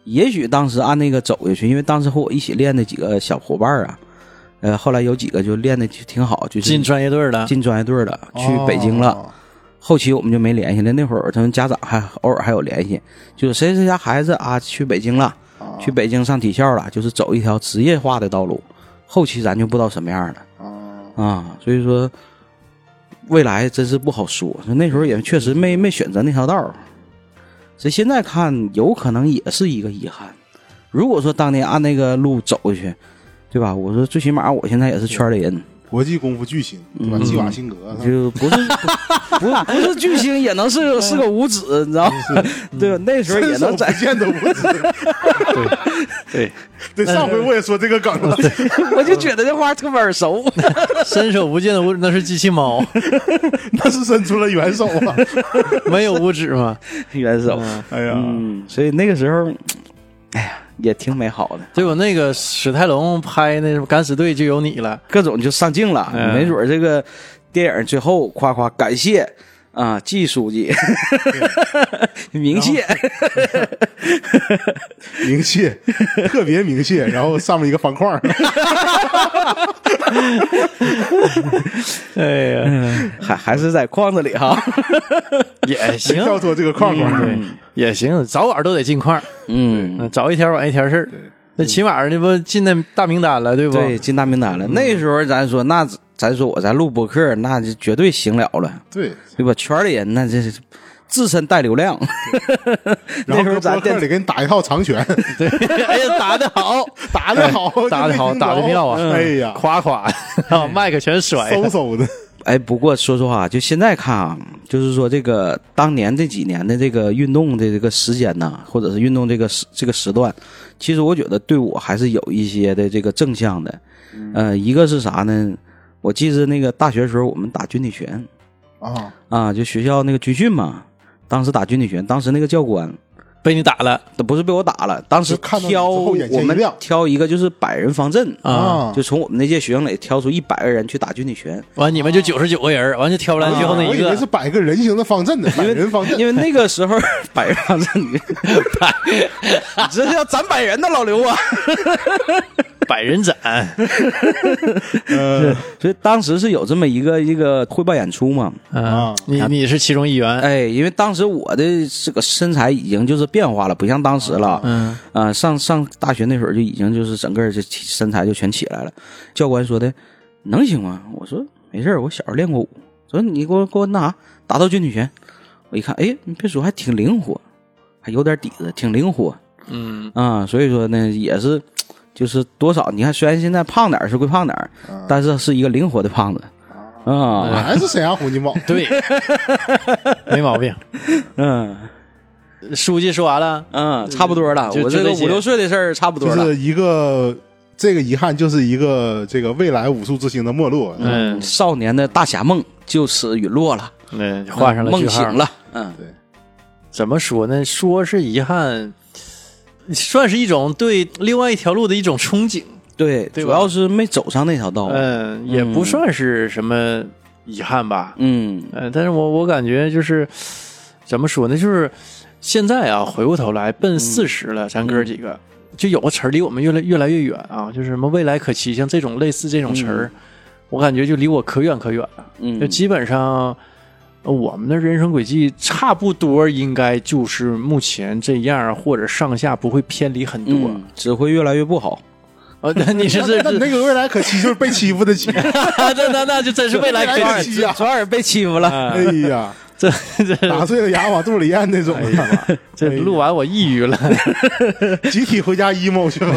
Speaker 2: 也许当时按那个走下去，因为当时和我一起练的几个小伙伴啊，呃，后来有几个就练的挺好，就是
Speaker 1: 嗯进专业队了。
Speaker 2: 进专业队了，去北京了。
Speaker 3: 哦，
Speaker 2: 后期我们就没联系了。那会儿他们家长还偶尔还有联系，就是谁谁家孩子啊去北京了，去北京上体校了，就是走一条职业化的道路。后期咱就不知道什么样了
Speaker 3: 啊，
Speaker 2: 啊，所以说未来真是不好说。那时候也确实没没选择那条道儿，所以现在看有可能也是一个遗憾。如果说当年按那个路走下去，对吧？我说最起码我现在也是圈里人，
Speaker 3: 国际功夫巨星对吧？
Speaker 2: 嗯
Speaker 3: 基瓦辛格，是吧
Speaker 2: 就不是不不不是巨星，也能是是个五指，你知道吗？ 对吧？那时候也能
Speaker 3: 伸 手
Speaker 2: 在
Speaker 3: 不，见得五指。
Speaker 1: 对，
Speaker 3: 对，上回我也说这个梗了，
Speaker 2: 我就觉得这话特别耳 熟。
Speaker 1: 伸手不见得五指，那是机器 猫，
Speaker 3: 那是伸出了援手啊！
Speaker 2: 嗯
Speaker 1: 没有五指嘛。
Speaker 2: 元首，
Speaker 3: 哎呀，
Speaker 2: 嗯，所以那个时候，哎呀，也挺美好的，
Speaker 1: 结果那个史泰龙拍那什么《敢死队》就有你了，
Speaker 2: 各种就上镜了，
Speaker 1: 嗯
Speaker 2: 没准儿这个电影最后夸夸感谢。啊，季书记， 明谢，
Speaker 3: 明谢，特别明谢，然后上面一个方块儿，
Speaker 1: 哎呀，
Speaker 2: 还还是在框子里哈。
Speaker 1: 也
Speaker 3: 谁
Speaker 1: 行，
Speaker 3: 跳脱这个框框？
Speaker 1: 对，也行，早晚都得进块儿，
Speaker 2: 嗯，
Speaker 1: 嗯早一天晚一天事儿。那起码那不进那大名单了，对不？
Speaker 2: 对，进大名单了。那时候咱说，那咱说我咱录播客，那就绝对行了了。
Speaker 3: 对，
Speaker 2: 对吧？圈里人那这是自身带流量，
Speaker 3: 然
Speaker 2: 那
Speaker 3: 后
Speaker 2: 时候
Speaker 3: 搁
Speaker 2: 咱
Speaker 3: 博客
Speaker 2: 电
Speaker 3: 里给你打一套 长拳，
Speaker 1: 对， 哎呀，打的好，
Speaker 3: 打的好，
Speaker 1: 打的好，打的妙啊！
Speaker 3: 哎呀，
Speaker 1: 夸夸，然后麦克全甩
Speaker 3: 嗖
Speaker 1: 了，
Speaker 3: 嗖的，
Speaker 2: 哎，不过说实话，就现在看啊，就是说这个当年这几年的这个运动的这个时间呐，或者是运动这个时这个时段，其实我觉得对我还是有一些的这个正向的。
Speaker 3: 嗯
Speaker 2: 呃，一个是啥呢？我记得那个大学时候我们打军体拳
Speaker 3: 啊，
Speaker 2: 啊，就学校那个军训嘛，当时打军体拳，当时那个教官。
Speaker 1: 被你打了
Speaker 2: 不是被我打了，当时
Speaker 3: 就看到你
Speaker 2: 挑
Speaker 3: 之后眼前
Speaker 2: 我
Speaker 3: 一
Speaker 2: 们
Speaker 3: 亮
Speaker 2: 挑一个就是百人方阵
Speaker 1: 啊！
Speaker 3: 啊
Speaker 2: 就从我们那届学生里挑出一百个人去打军体拳，
Speaker 1: 完你们就九十九个人儿，完就挑不来最后那
Speaker 3: 啊我
Speaker 1: 一
Speaker 3: 以为是
Speaker 1: 个，
Speaker 3: 摆个人形的方阵呢，百人方阵
Speaker 2: 因为那个时候 百人方阵，你你这叫斩百人的老刘啊！
Speaker 1: 百人斩，
Speaker 3: 呃
Speaker 2: 所以当时是有这么一个一个汇报演出嘛，
Speaker 1: 啊
Speaker 3: 啊，
Speaker 1: 你你是其中一员，
Speaker 2: 哎，因为当时我的这个身材已经就是变化了，不像当时了，
Speaker 1: 嗯，
Speaker 2: 啊，上上大学那会儿就已经就是整个这身材就全起来了。教官说的，能行吗？我说没事儿我小时候练过舞。说你给我给我那啥，打到军体拳。我一看，哎，你别说，还挺灵活，还有点底子，挺灵活。嗯啊，所以说呢，也是，就是多少你看，虽然现在胖点儿是归胖点儿，
Speaker 3: 嗯
Speaker 2: 但是是一个灵活的胖子啊，
Speaker 3: 还是沈阳洪金宝。
Speaker 1: 对，没毛病。
Speaker 2: 嗯
Speaker 1: 书记说完了，
Speaker 2: 嗯，差不多了。
Speaker 1: 就
Speaker 2: 我
Speaker 1: 就
Speaker 2: 这个
Speaker 1: 这些
Speaker 2: 五六岁的事儿差不多
Speaker 3: 就
Speaker 2: 了。
Speaker 3: 是一个这个遗憾，就是一个这个未来武术之星的没落。
Speaker 1: 嗯
Speaker 2: 少年的大侠梦就此陨落了，
Speaker 1: 嗯，画上了
Speaker 2: 梦
Speaker 1: 句号
Speaker 2: 醒。了。嗯，
Speaker 1: 怎么说呢？说是遗憾，算是一种对另外一条路的一种憧憬。
Speaker 2: 对，
Speaker 1: 对
Speaker 2: 主
Speaker 1: 吧
Speaker 2: 要是没走上那条道。啊
Speaker 1: 嗯，也不算是什么遗憾吧。
Speaker 2: 嗯
Speaker 1: 嗯，但是我我感觉就是怎么说呢？就是现在啊，回过头来奔四十了，咱哥几个就有个词儿离我们越来越来越远啊，就是什么未来可期，像这种类似这种词儿，我感觉就离我可远可远了。就
Speaker 2: 嗯
Speaker 1: 基本上呃我们的人生轨迹差不多，应该就是目前这样儿，或者上下不会偏离很多。
Speaker 2: 嗯，只会越来越不好。
Speaker 1: 呃，那你是这
Speaker 3: 那
Speaker 1: 这，
Speaker 3: 那个未来可期就是被欺负的期。
Speaker 1: 那那那就真是未来可
Speaker 3: 未来
Speaker 1: 期。
Speaker 3: 可期呀
Speaker 2: 左耳被欺负了。
Speaker 3: 哎 呀，
Speaker 1: 这
Speaker 3: 打碎了牙往肚里咽那种，
Speaker 2: 哎
Speaker 1: 这录完我抑郁了，
Speaker 3: 集体回家 emo 去了。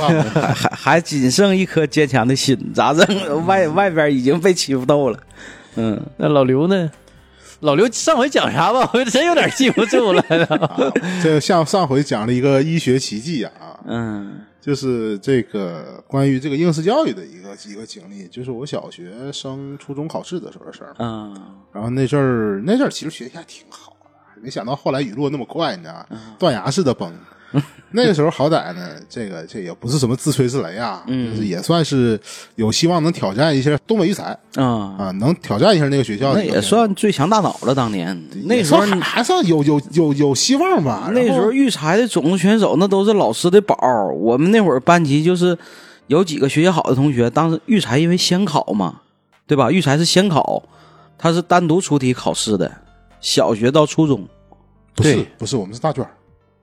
Speaker 2: 还还仅剩一颗坚强的心，咋整？ 外外边已经被欺负透了。嗯，
Speaker 1: 那老刘呢？老刘上回讲啥吧？我真有点记不住 了。
Speaker 3: 这像上回讲了一个医学奇迹啊，
Speaker 2: 嗯
Speaker 3: 就是这个关于这个应试教育的一个一个经历，就是我小学升初中考试的时候的事儿。
Speaker 2: 嗯
Speaker 3: 然后那阵儿那阵儿其实学习还挺好的，没想到后来雨落那么快，你知道吗，
Speaker 2: 嗯
Speaker 3: 断崖式的崩。那个时候好歹呢，这个这也不是什么自吹自擂啊，
Speaker 2: 嗯
Speaker 3: 就是也算是有希望能挑战一下东北育才
Speaker 2: 啊，
Speaker 3: 啊，能挑战一下那个学校。
Speaker 2: 那也算最强大脑了。当年那
Speaker 3: 也
Speaker 2: 时候
Speaker 3: 算，还还算有有有有希望吧。
Speaker 2: 那时
Speaker 3: 然后
Speaker 2: 候育才的种子选手那都是老师的宝儿。我们那会儿班级就是有几个学习好的同学，当时育才因为先考嘛，对吧？育才是先考，他是单独出题考试的，小学到初中
Speaker 3: 不是
Speaker 1: 对
Speaker 3: 不是，我们是大卷儿，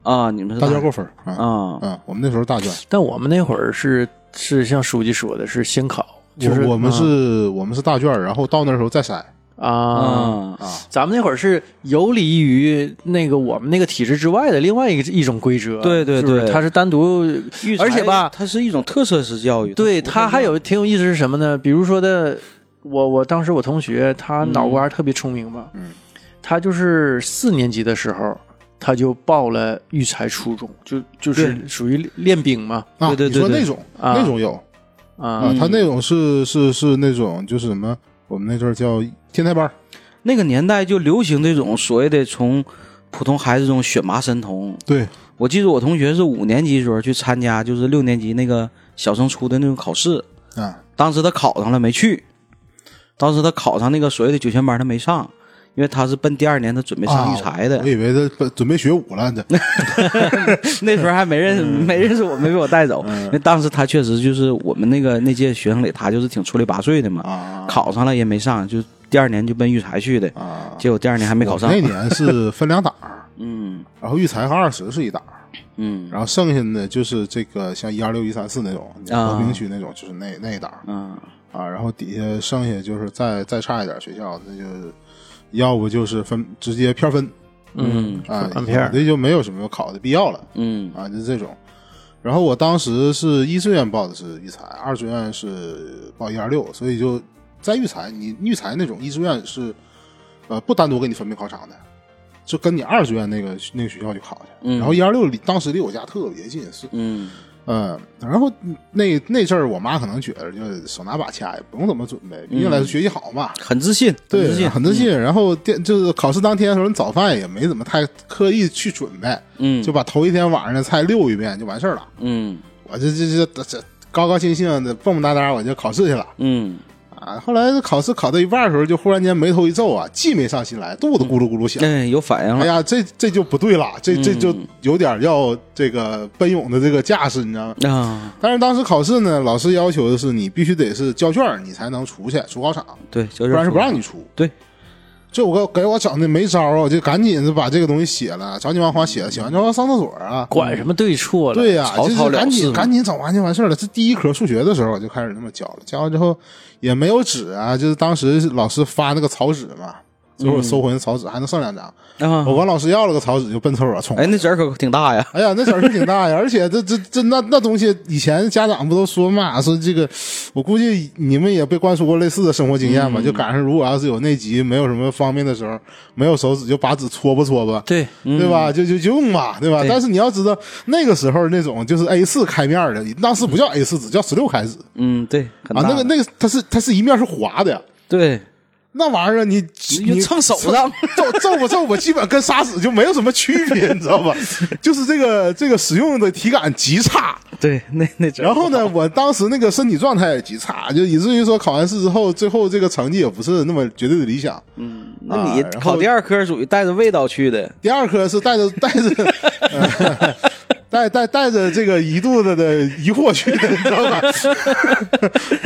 Speaker 2: 啊。你们是
Speaker 3: 大卷儿过分儿啊
Speaker 2: 啊？
Speaker 1: 嗯
Speaker 3: 啊！我们那时候大卷儿，
Speaker 1: 但我们那会儿是是像书记说的，是先考，就是
Speaker 3: 我我
Speaker 2: 嗯
Speaker 3: 们是我们是大卷儿，然后到那时候再筛。
Speaker 1: 啊，
Speaker 2: 啊
Speaker 1: 咱们那会儿是游离于那个我们那个体制之外的另外一个一种规则，
Speaker 2: 对对
Speaker 1: 是不是
Speaker 2: 对
Speaker 1: 它是单独，而且吧，
Speaker 2: 它是一种特色式教育。
Speaker 1: 对它还有挺有意思是什么呢？比如说的，我我当时我同学他脑瓜特别聪明嘛，
Speaker 3: 嗯，
Speaker 1: 他就是四年级的时候他就报了育才初中，就就是属于练兵嘛，
Speaker 3: 啊，
Speaker 2: 对对
Speaker 3: 你说
Speaker 2: 对对
Speaker 3: 那种
Speaker 1: 啊
Speaker 3: 那种有，
Speaker 1: 啊
Speaker 3: 啊，
Speaker 2: 嗯，
Speaker 3: 他那种是是是那种就是什么，我们那阵儿叫天才班儿，
Speaker 2: 那个年代就流行这种所谓的从普通孩子中选拔神童。
Speaker 3: 对，
Speaker 2: 我记得我同学是五年级的时候去参加，就是六年级那个小升初的那种考试，
Speaker 3: 啊，
Speaker 2: 当时他考上了没去，当时他考上那个所谓的九千班他没上，因为他是奔第二年他准备
Speaker 3: 啊
Speaker 2: 上育才的，
Speaker 3: 我以为他本准备学武了，这
Speaker 2: 那时候还没认识、
Speaker 3: 嗯
Speaker 2: 没认识我，没被我带走，因为当时他确实就是我们那个那届学生里他就是挺出类拔萃的嘛，
Speaker 3: 啊
Speaker 2: 考上了也没上，就第二年就奔育才去的，
Speaker 3: 啊，
Speaker 2: 结果第二年还 没考上
Speaker 3: 我，那年是分两档儿，
Speaker 2: 嗯
Speaker 3: 然后育才和二十是一档儿，
Speaker 2: 嗯
Speaker 3: 然后剩下的就是这个像一二六一三四那种
Speaker 2: 啊
Speaker 3: 和平区那种，就是那那一档儿
Speaker 2: 嗯
Speaker 3: 啊，然后底下剩下就是再再差一点儿学校，那就是要不就是分直接片儿分
Speaker 2: 嗯
Speaker 3: 啊，
Speaker 1: 按片儿
Speaker 3: 那就没有什么考的必要了。
Speaker 2: 嗯
Speaker 3: 啊，就这种。然后我当时是一志愿报的是育才，二志愿是报一二六，所以就在育才，你育才那种一志愿是呃不单独给你分配考场的，就跟你二志愿那个那个学校去考去。
Speaker 2: 嗯
Speaker 3: 然后一二六离当时离我家特别近，是
Speaker 2: 嗯
Speaker 3: 嗯，然后那那阵儿我妈可能觉得就是手拿把掐，也不用怎么准备，毕
Speaker 1: 嗯
Speaker 3: 竟来说学习好嘛。
Speaker 2: 很自信，很自
Speaker 3: 对，
Speaker 2: 信，
Speaker 3: 很自信。然后电就是考试当天的时候，你早饭也没怎么太刻意去准备，
Speaker 2: 嗯
Speaker 3: 就把头一天晚上的菜溜一遍就完事儿了。
Speaker 2: 嗯
Speaker 3: 我这这这这高高兴兴的蹦蹦哒哒我就考试去了
Speaker 2: 嗯
Speaker 3: 啊！啊，后来考试考到一半的时候，就忽然间眉头一皱啊，既没上心来，肚子咕噜咕噜响。
Speaker 2: 哎，有反应
Speaker 3: 哎
Speaker 2: 了。
Speaker 3: 呀，这这就不对了，这这就有点要这个奔涌的这个架势，你知道吗？
Speaker 2: 啊，
Speaker 3: 但是当时考试呢，老师要求的是你必须得是交卷儿，你才能出去出考场，
Speaker 2: 对，就是
Speaker 3: 不然是不让你出。
Speaker 2: 对，
Speaker 3: 这我给我整的没招儿啊，我就赶紧就把这个东西写了，着急忙慌写了，写完之后要上厕所啊。
Speaker 1: 管什么对错了？
Speaker 3: 对呀、
Speaker 1: 草
Speaker 3: 就
Speaker 1: 草
Speaker 3: 是
Speaker 1: 了
Speaker 3: 赶
Speaker 1: 事
Speaker 3: 紧
Speaker 1: 嘛。
Speaker 3: 赶紧整完就完事儿了。这第一科数学的时候我就开始那么教了，教完之后也没有纸啊，就是当时老师发那个草纸嘛，最后收回那草纸还能剩两张，
Speaker 2: 啊，
Speaker 3: 我管老师要了个草纸就奔厕所冲。
Speaker 2: 哎，那纸儿可挺大呀。
Speaker 3: 哎呀，那小事挺大呀，而且这这这那那东西，以前家长不都说嘛，说这个，我估计你们也被灌输过类似的生活经验吧？就赶上如果要是有内急，没有什么方便的时候，没有手指就把纸搓吧搓吧，
Speaker 1: 对，
Speaker 2: 嗯
Speaker 3: 对吧？就就就用吧，对吧？
Speaker 2: 对
Speaker 3: 但是你要知道，那个时候那种就是 A 四开面的，当时不叫 A 四纸，叫十六开纸
Speaker 2: 嗯，对，很
Speaker 3: 啊
Speaker 2: 大。。
Speaker 3: 那个那个，它是它是一面是滑的呀。
Speaker 2: 对，
Speaker 3: 那玩意儿啊你你
Speaker 2: 蹭手 上，
Speaker 3: 皱皱吧皱吧，基本跟砂纸就没有什么区别，你 知道吧？就是这个这个使用的体感极差。
Speaker 2: 对，那那纸儿
Speaker 3: 然后 呢，我当时那个身体状态也极差，就以至于说考完试之后，最后这个成绩也不是那么绝对的理想。
Speaker 2: 那你
Speaker 3: 啊然后
Speaker 2: 考第二科属于带着味道去的，
Speaker 3: 第二科是带着 带着。呃带带带着这个一肚子的疑惑去，你知道吧？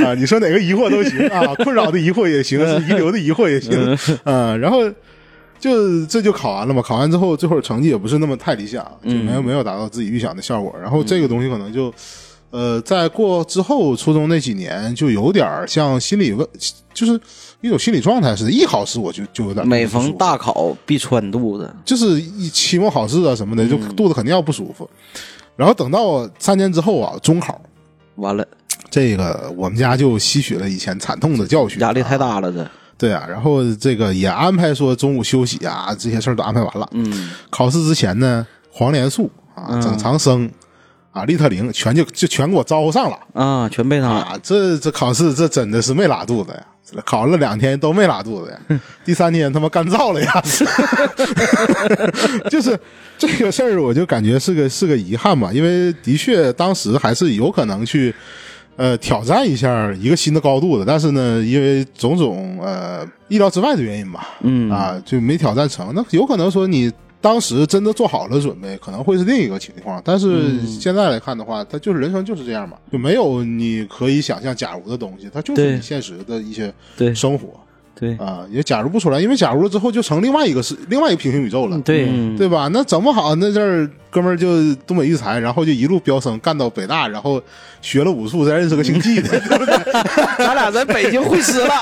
Speaker 3: 啊，你说哪个疑惑都行啊，困扰的疑惑也行，是遗留的疑惑也行，啊，然后就这就考完了嘛。考完之后，最后成绩也不是那么太理想，就没有没有达到自己预想的效果。然后这个东西可能就，呃，在过之后初中那几年，就有点儿像心理问，就是一种心理状态似的。一考试我就啊就有点儿
Speaker 2: 每
Speaker 3: 不舒
Speaker 2: 逢
Speaker 3: 服
Speaker 2: 大考必穿肚子。
Speaker 3: 就是一期末考试啊什么
Speaker 2: 嗯
Speaker 3: 的，就肚子肯定要不舒服。然后等到三年之后啊，中考
Speaker 2: 完了，
Speaker 3: 这个我们家就吸取了以前惨痛的教训，
Speaker 2: 压力太
Speaker 3: 啊。
Speaker 2: 大了，这。
Speaker 3: 对啊，然后这个也安排说中午休息啊，这些事儿都安排完了。
Speaker 2: 嗯，
Speaker 3: 考试之前呢，黄连素啊、整肠生啊、利特灵全就就全给我招呼上了
Speaker 2: 啊，全被他
Speaker 3: 啊！这这考试这真的是没拉肚子呀。考了两天都没拉肚子呀，第三天他妈干燥了呀，就是这个事儿，我就感觉是个是个遗憾吧，因为的确当时还是有可能去呃挑战一下一个新的高度的，但是呢，因为种种呃意料之外的原因吧，嗯啊就没挑战成。那有可能说你当时真的做好了准备，可能会是另一个情况，但是现在来看的话，它就是人生就是这样嘛，就没有你可以想象假如的东西，它就是
Speaker 2: 对
Speaker 3: 你现实的一些
Speaker 2: 对
Speaker 3: 生活。
Speaker 2: 对
Speaker 3: 啊，也假如不出来，因为假如了之后就成另外一个是另外一个平行宇宙了，
Speaker 1: 对，
Speaker 3: 对吧？那整不好那阵儿哥们儿就东北育才，然后就一路飙升干到北大，然后学了武术，再认识个姓纪的，对不对？
Speaker 2: 咱俩在北京会师了，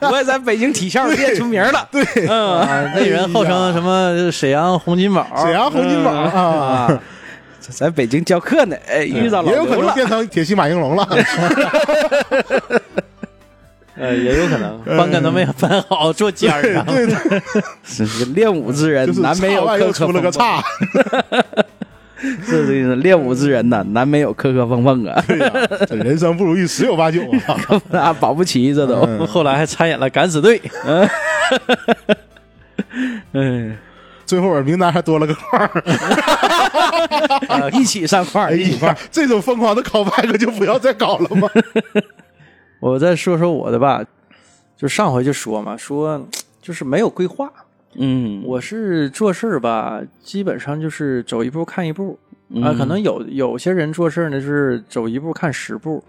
Speaker 2: 我也在北京体校练出名了。对， 嗯，
Speaker 1: 啊，那人号称什么沈阳洪金宝，
Speaker 3: 哎沈阳洪金宝啊，
Speaker 2: 啊，在在北京教课呢，哎，遇到老
Speaker 3: 嗯也有可
Speaker 2: 刘
Speaker 3: 能
Speaker 2: 了。
Speaker 3: 变成铁西马应龙了。
Speaker 1: 呃，也有可能翻跟都没有翻好，坐尖儿上。
Speaker 3: 嗯对，
Speaker 2: 是是练武之人
Speaker 3: 就是
Speaker 2: 难没有
Speaker 3: 差外
Speaker 2: 克克
Speaker 3: 又出了
Speaker 2: 碰
Speaker 3: 个
Speaker 2: 碰，
Speaker 3: 差，
Speaker 2: 是这意思。练武之人呐，难没有磕磕碰碰啊，
Speaker 3: 对呀，这人生不如意十有八九 啊。
Speaker 2: 那保不齐这都。
Speaker 3: 嗯
Speaker 1: 后来还参演了《敢死 队》，
Speaker 2: 嗯，
Speaker 3: 最后我名单还多了个块儿，
Speaker 1: 啊
Speaker 2: 一起上块
Speaker 3: 哎
Speaker 2: 儿，一起块
Speaker 3: 呀
Speaker 2: 儿。，
Speaker 3: 这种疯狂的 callback 就不要再搞了嘛。
Speaker 1: 我再说说我的吧，就上回就说嘛，说就是没有规划。
Speaker 2: 嗯，
Speaker 1: 我是做事儿吧，基本上就是走一步看一步啊、可能有有些人做事儿呢是走一步看十步，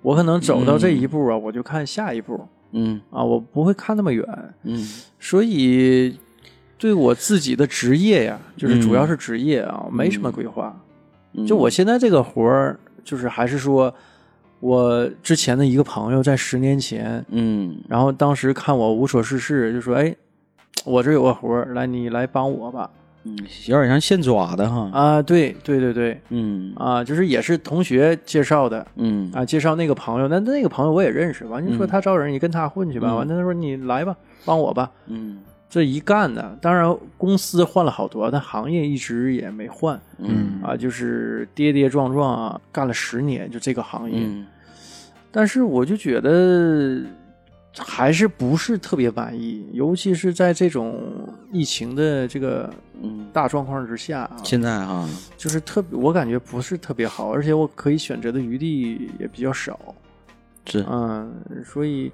Speaker 1: 我可能走到这一步啊，我就看下一步
Speaker 2: 嗯
Speaker 1: 啊，我不会看那么远，
Speaker 2: 嗯
Speaker 1: 所以对我自己的职业呀，就是主要是职业啊，没什么规划。
Speaker 2: 嗯
Speaker 1: 就我现在这个活儿，就是还是说我之前的一个朋友在十年前，
Speaker 2: 嗯
Speaker 1: 然后当时看我无所事事，就说：“哎，我这有个活儿，来你来帮我吧。
Speaker 2: 嗯，有点像现抓的”哈。
Speaker 1: 啊，对对对对，
Speaker 2: 嗯
Speaker 1: 啊，就是也是同学介绍的
Speaker 2: 嗯
Speaker 1: 啊，介绍那个朋友，那那个朋友我也认识，完就说他招人，你跟他混去吧。完他说你来吧，帮我吧。
Speaker 2: 嗯
Speaker 1: 这一干呢，当然公司换了好多，但行业一直也没换
Speaker 2: 嗯
Speaker 1: 啊，就是跌跌撞撞啊，干了十年就这个行业，
Speaker 2: 嗯
Speaker 1: 但是我就觉得还是不是特别满意，尤其是在这种疫情的这个
Speaker 2: 嗯，
Speaker 1: 大状况之下啊，
Speaker 2: 现在哈，
Speaker 1: 就是特我感觉不是特别好，而且我可以选择的余地也比较少。
Speaker 2: 是
Speaker 1: 嗯，所以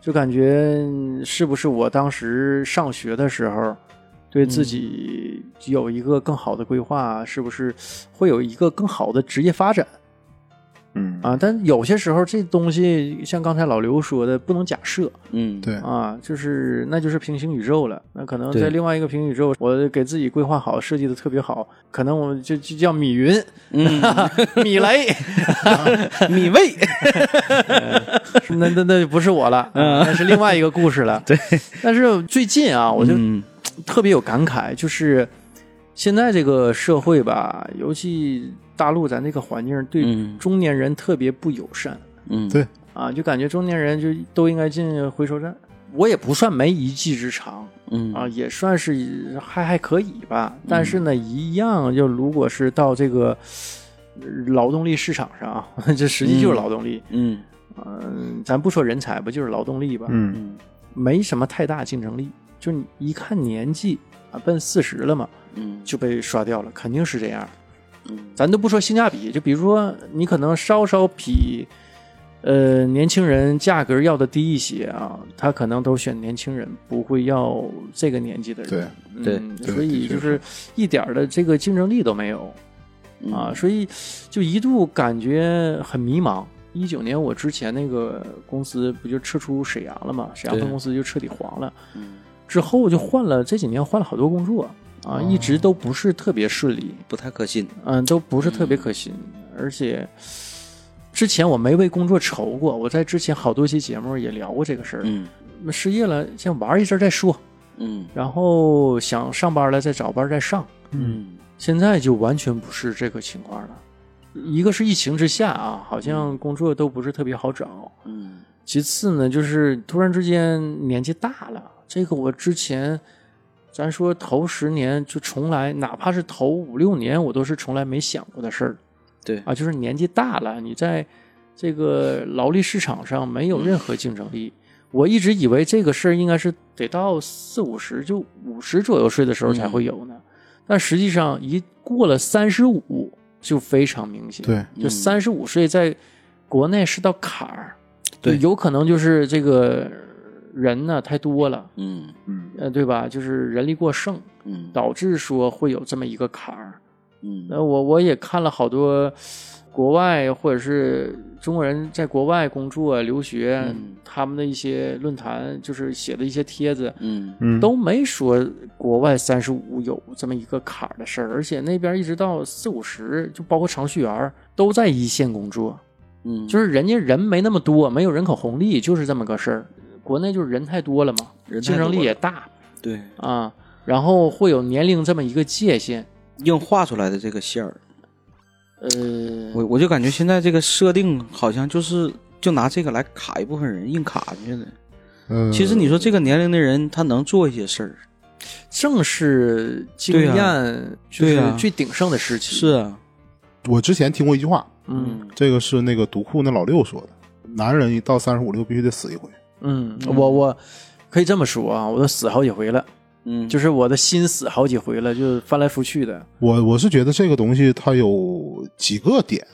Speaker 1: 就感觉是不是我当时上学的时候，对自己有一个更好的规划，是不是会有一个更好的职业发展
Speaker 4: 嗯
Speaker 1: 啊？但有些时候这东西，像刚才老刘说的，不能假设
Speaker 2: 嗯，
Speaker 3: 对，
Speaker 1: 啊，就是那就是平行宇宙了。那可能
Speaker 2: 对
Speaker 1: 在另外一个平行宇宙，我给自己规划好，设计的特别好，可能我就就叫米云、
Speaker 2: 嗯，
Speaker 1: 米 雷。
Speaker 2: 米味，
Speaker 1: 那那那就不是我了，
Speaker 2: 嗯
Speaker 1: 那是另外一个故事了。
Speaker 2: 对，
Speaker 1: 但是最近啊，我就
Speaker 2: 嗯
Speaker 1: 特别有感慨，就是现在这个社会吧，尤其大陆咱这个环境对
Speaker 2: 嗯
Speaker 1: 中年人特别不友善
Speaker 2: 嗯，
Speaker 3: 对
Speaker 1: 啊，就感觉中年人就都应该进回收站。我也不算没一技之长
Speaker 2: 嗯
Speaker 1: 啊，也算是还还可以吧。但是呢，一样就如果是到这个呃劳动力市场上啊， 这实际就是劳动力。
Speaker 2: 嗯
Speaker 1: 嗯，咱不说人才吧，就是劳动力吧，
Speaker 4: 嗯
Speaker 2: 嗯
Speaker 1: 没什么太大竞争力。就你一看年纪啊，奔四十了嘛，
Speaker 2: 嗯
Speaker 1: 就被刷掉了，肯定是这样。
Speaker 2: 嗯
Speaker 1: 咱都不说性价比，就比如说你可能稍稍比呃年轻人价格要的低一些啊，他可能都选年轻人，不会要这个年纪的人。
Speaker 3: 对，
Speaker 2: 对
Speaker 1: 嗯
Speaker 3: 对
Speaker 1: 所以
Speaker 3: 的确
Speaker 1: 就是一点儿的这个竞争力都没有。
Speaker 2: 嗯
Speaker 1: 啊，所以就一度感觉很迷茫。一九年我之前那个公司不就撤出沈阳了嘛，沈阳
Speaker 2: 对
Speaker 1: 分公司就彻底黄了。
Speaker 2: 嗯
Speaker 1: 之后就换了，这几年换了好多工作啊，一
Speaker 2: 哦
Speaker 1: 直都不是特别顺利，
Speaker 2: 不太可信，
Speaker 1: 嗯，都不是特别可行。而且之前我没为工作愁过，我在之前好多期节目也聊过这个事儿。
Speaker 2: 嗯
Speaker 1: 那失业了先玩一阵儿再说，
Speaker 2: 嗯
Speaker 1: 然后想上班了再找班儿再上。
Speaker 2: 嗯
Speaker 1: 现在就完全不是这个情况了。一个是疫情之下啊，好像工作都不是特别好找。
Speaker 2: 嗯
Speaker 1: 其次呢，就是突然之间年纪大了，这个我之前咱说头十年就从来，哪怕是头五六年，我都是从来没想过的事儿
Speaker 2: 对，
Speaker 1: 啊。就是年纪大了，你在这个劳力市场上没有任何竞争力。我一直以为这个事儿应该是得到四五十，就五十左右岁的时候才会有呢，但实际上一过了三十五就非常明显。
Speaker 3: 对，
Speaker 1: 就三十五岁在国内是道坎儿，
Speaker 2: 对
Speaker 1: 就有可能就是这个人呢太多了，
Speaker 2: 嗯
Speaker 4: 嗯
Speaker 1: 呃，对吧？就是人力过剩，
Speaker 2: 嗯
Speaker 1: 导致说会有这么一个坎儿。
Speaker 2: 嗯
Speaker 1: 那我我也看了好多国外或者是中国人在国外工作、留学，
Speaker 2: 嗯
Speaker 1: 他们的一些论坛，就是写的一些帖子，
Speaker 2: 嗯
Speaker 4: 嗯
Speaker 1: 都没说国外三十五有这么一个坎儿的事儿，而且那边一直到四五十，就包括程序员儿都在一线工作，
Speaker 2: 嗯，
Speaker 1: 就是人家人没那么多，没有人口红利，就是这么个事儿。国内就是人太多了嘛，
Speaker 2: 人太
Speaker 1: 竞
Speaker 2: 多了
Speaker 1: 争力也大
Speaker 2: 对
Speaker 1: 啊，然后会有年龄这么一个界限，
Speaker 2: 硬画出来的这个线儿，
Speaker 1: 呃，
Speaker 2: 我我就感觉现在这个设定好像就是就拿这个来卡一部分人，硬卡进去的。
Speaker 3: 嗯，
Speaker 2: 其实你说这个年龄的人，他能做一些事儿，
Speaker 1: 正是经
Speaker 2: 对呀
Speaker 1: 验就是
Speaker 2: 对呀
Speaker 1: 最鼎盛的时期。
Speaker 2: 是，啊，
Speaker 3: 我之前听过一句话，
Speaker 1: 嗯
Speaker 3: 这个是那个独库那老六说的，男人一到三十五六必须得死一回。
Speaker 1: 嗯，我我可以这么说啊，我都死好几回了。
Speaker 2: 嗯，
Speaker 1: 就是我的心死好几回了，就是翻来覆去的。
Speaker 3: 我我是觉得这个东西它有几个点，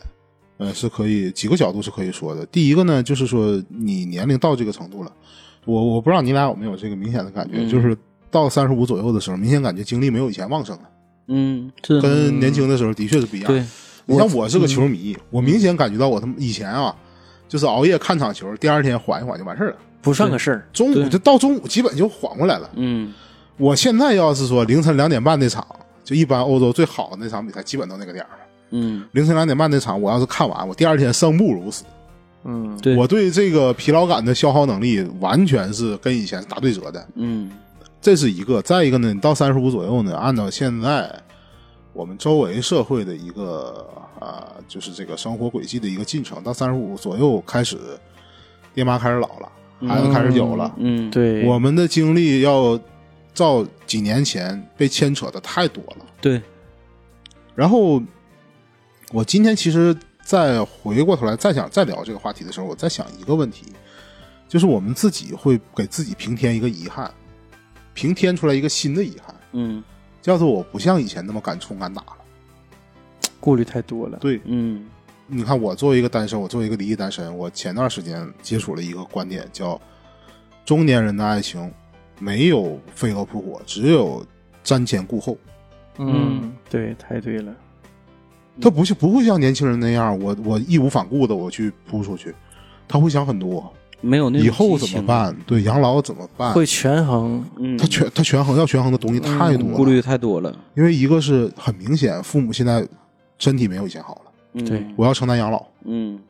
Speaker 3: 呃，是可以几个角度是可以说的。第一个呢，就是说你年龄到这个程度了，我我不知道你俩有没有这个明显的感觉，
Speaker 2: 嗯
Speaker 3: 就是到三十五左右的时候，明显感觉精力没有以前旺盛了，
Speaker 2: 嗯，是
Speaker 3: 跟年轻的时候的确是不一样。
Speaker 2: 对，嗯
Speaker 3: 你像我是个球迷，我明显感觉到我他妈以前啊，就是熬夜看场球，第二天缓一缓就完事儿了。
Speaker 1: 不算个事儿。
Speaker 3: 中午就到中午，基本就缓过来了。
Speaker 2: 嗯
Speaker 3: 我现在要是说凌晨两点半那场，就一般欧洲最好的那场比赛，基本都那个点儿了。
Speaker 2: 嗯
Speaker 3: 凌晨两点半那场，我要是看完，我第二天生不如死。
Speaker 1: 嗯，
Speaker 2: 对
Speaker 3: 我对这个疲劳感的消耗能力完全是跟以前是打对折的，
Speaker 2: 嗯
Speaker 3: 这是一个。再一个呢，你到三十五左右呢，按照现在我们周围社会的一个啊、就是这个生活轨迹的一个进程，到三十五左右开始，爹妈开始老了，孩子开始有了，
Speaker 2: 嗯，
Speaker 1: 对，
Speaker 3: 我们的精力要照几年前被牵扯的太多了。
Speaker 2: 对，
Speaker 3: 然后我今天其实再回过头来再想再聊这个话题的时候，我在想一个问题，就是我们自己会给自己平添一个遗憾，平添出来一个新的遗憾，
Speaker 2: 嗯
Speaker 3: 叫做我不像以前那么敢冲敢打了。
Speaker 1: 顾虑太多了。
Speaker 3: 对
Speaker 2: 嗯
Speaker 3: 你看我作为一个单身，我作为一个离异单身，我前段时间接触了一个观点，叫中年人的爱情没有飞蛾扑火，只有瞻前顾后。
Speaker 1: 嗯，对，太对了，
Speaker 3: 他不是不会像年轻人那样，我我义无反顾的我去扑出去，他会想很多，
Speaker 2: 没有那种
Speaker 3: 以后怎
Speaker 2: 激情？
Speaker 3: 么
Speaker 2: 啊
Speaker 3: 办？对，养老怎么办？
Speaker 1: 会权衡，
Speaker 2: 嗯，
Speaker 3: 他权他权衡要权衡的东西太多
Speaker 2: 顾
Speaker 3: 了，
Speaker 2: 虑太多了。
Speaker 3: 因为一个是很明显，父母现在身体没有以前好了，
Speaker 2: 嗯
Speaker 1: 对，
Speaker 3: 我要承担养老，
Speaker 2: 嗯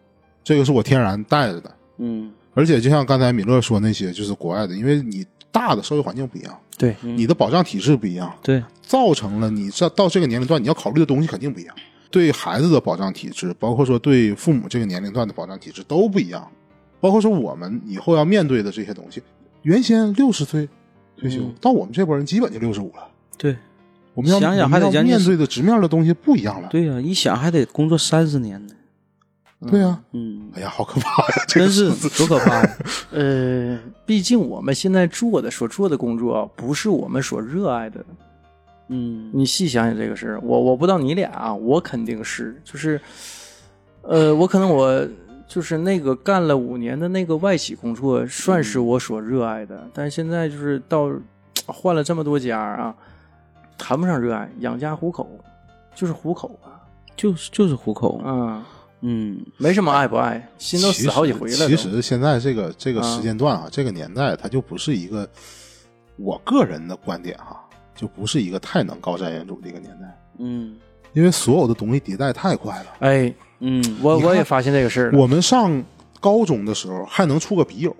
Speaker 3: 这个是我天然带着的。
Speaker 2: 嗯，
Speaker 3: 而且就像刚才米勒说那些，就是国外的，因为你大的社会环境不一样，
Speaker 1: 对，
Speaker 2: 嗯
Speaker 3: 你的保障体制不一样，
Speaker 2: 对，
Speaker 3: 造成了你这到这个年龄段你要考虑的东西肯定不一样，对孩子的保障体制，包括说对父母这个年龄段的保障体制都不一样，包括说我们以后要面对的这些东西，原先六十岁
Speaker 1: 嗯
Speaker 3: 退休，到我们这波人基本就六十五了，
Speaker 2: 对
Speaker 3: 我们要
Speaker 2: 想想
Speaker 3: 我们
Speaker 2: 还得
Speaker 3: 要
Speaker 2: 将近
Speaker 3: 面对的直面的东西不一样了，
Speaker 2: 对呀、一想还得工作三十年呢。
Speaker 3: 对
Speaker 1: 啊
Speaker 3: 呀、
Speaker 2: 嗯，
Speaker 3: 哎呀，好可怕呀，这
Speaker 2: 真是多可怕！
Speaker 1: 呃，毕竟我们现在做的所做的工作不是我们所热爱的，
Speaker 2: 嗯
Speaker 1: 你细想想这个事儿，我我不知道你俩、啊，我肯定是就是，呃，我可能我就是那个干了五年的那个外企工作，算是
Speaker 3: 嗯
Speaker 1: 我所热爱的，但现在就是到换了这么多家啊，谈不上热爱，养家糊口就是糊口吧，
Speaker 2: 就是就是糊口。
Speaker 1: 嗯，
Speaker 2: 嗯，
Speaker 1: 没什么爱不爱，心都死好几回了都
Speaker 3: 其实。其实现在这个这个
Speaker 1: 啊
Speaker 3: 时间段啊，这个年代，它就不是一个我个人的观点哈、就不是一个太能高瞻远瞩的一个年代，
Speaker 2: 嗯
Speaker 3: 因为所有的东西迭代太快了。
Speaker 1: 哎，
Speaker 2: 嗯，
Speaker 1: 我
Speaker 3: 你看
Speaker 1: 我也发现这个事儿了，
Speaker 3: 我们上高中的时候还能处个笔友，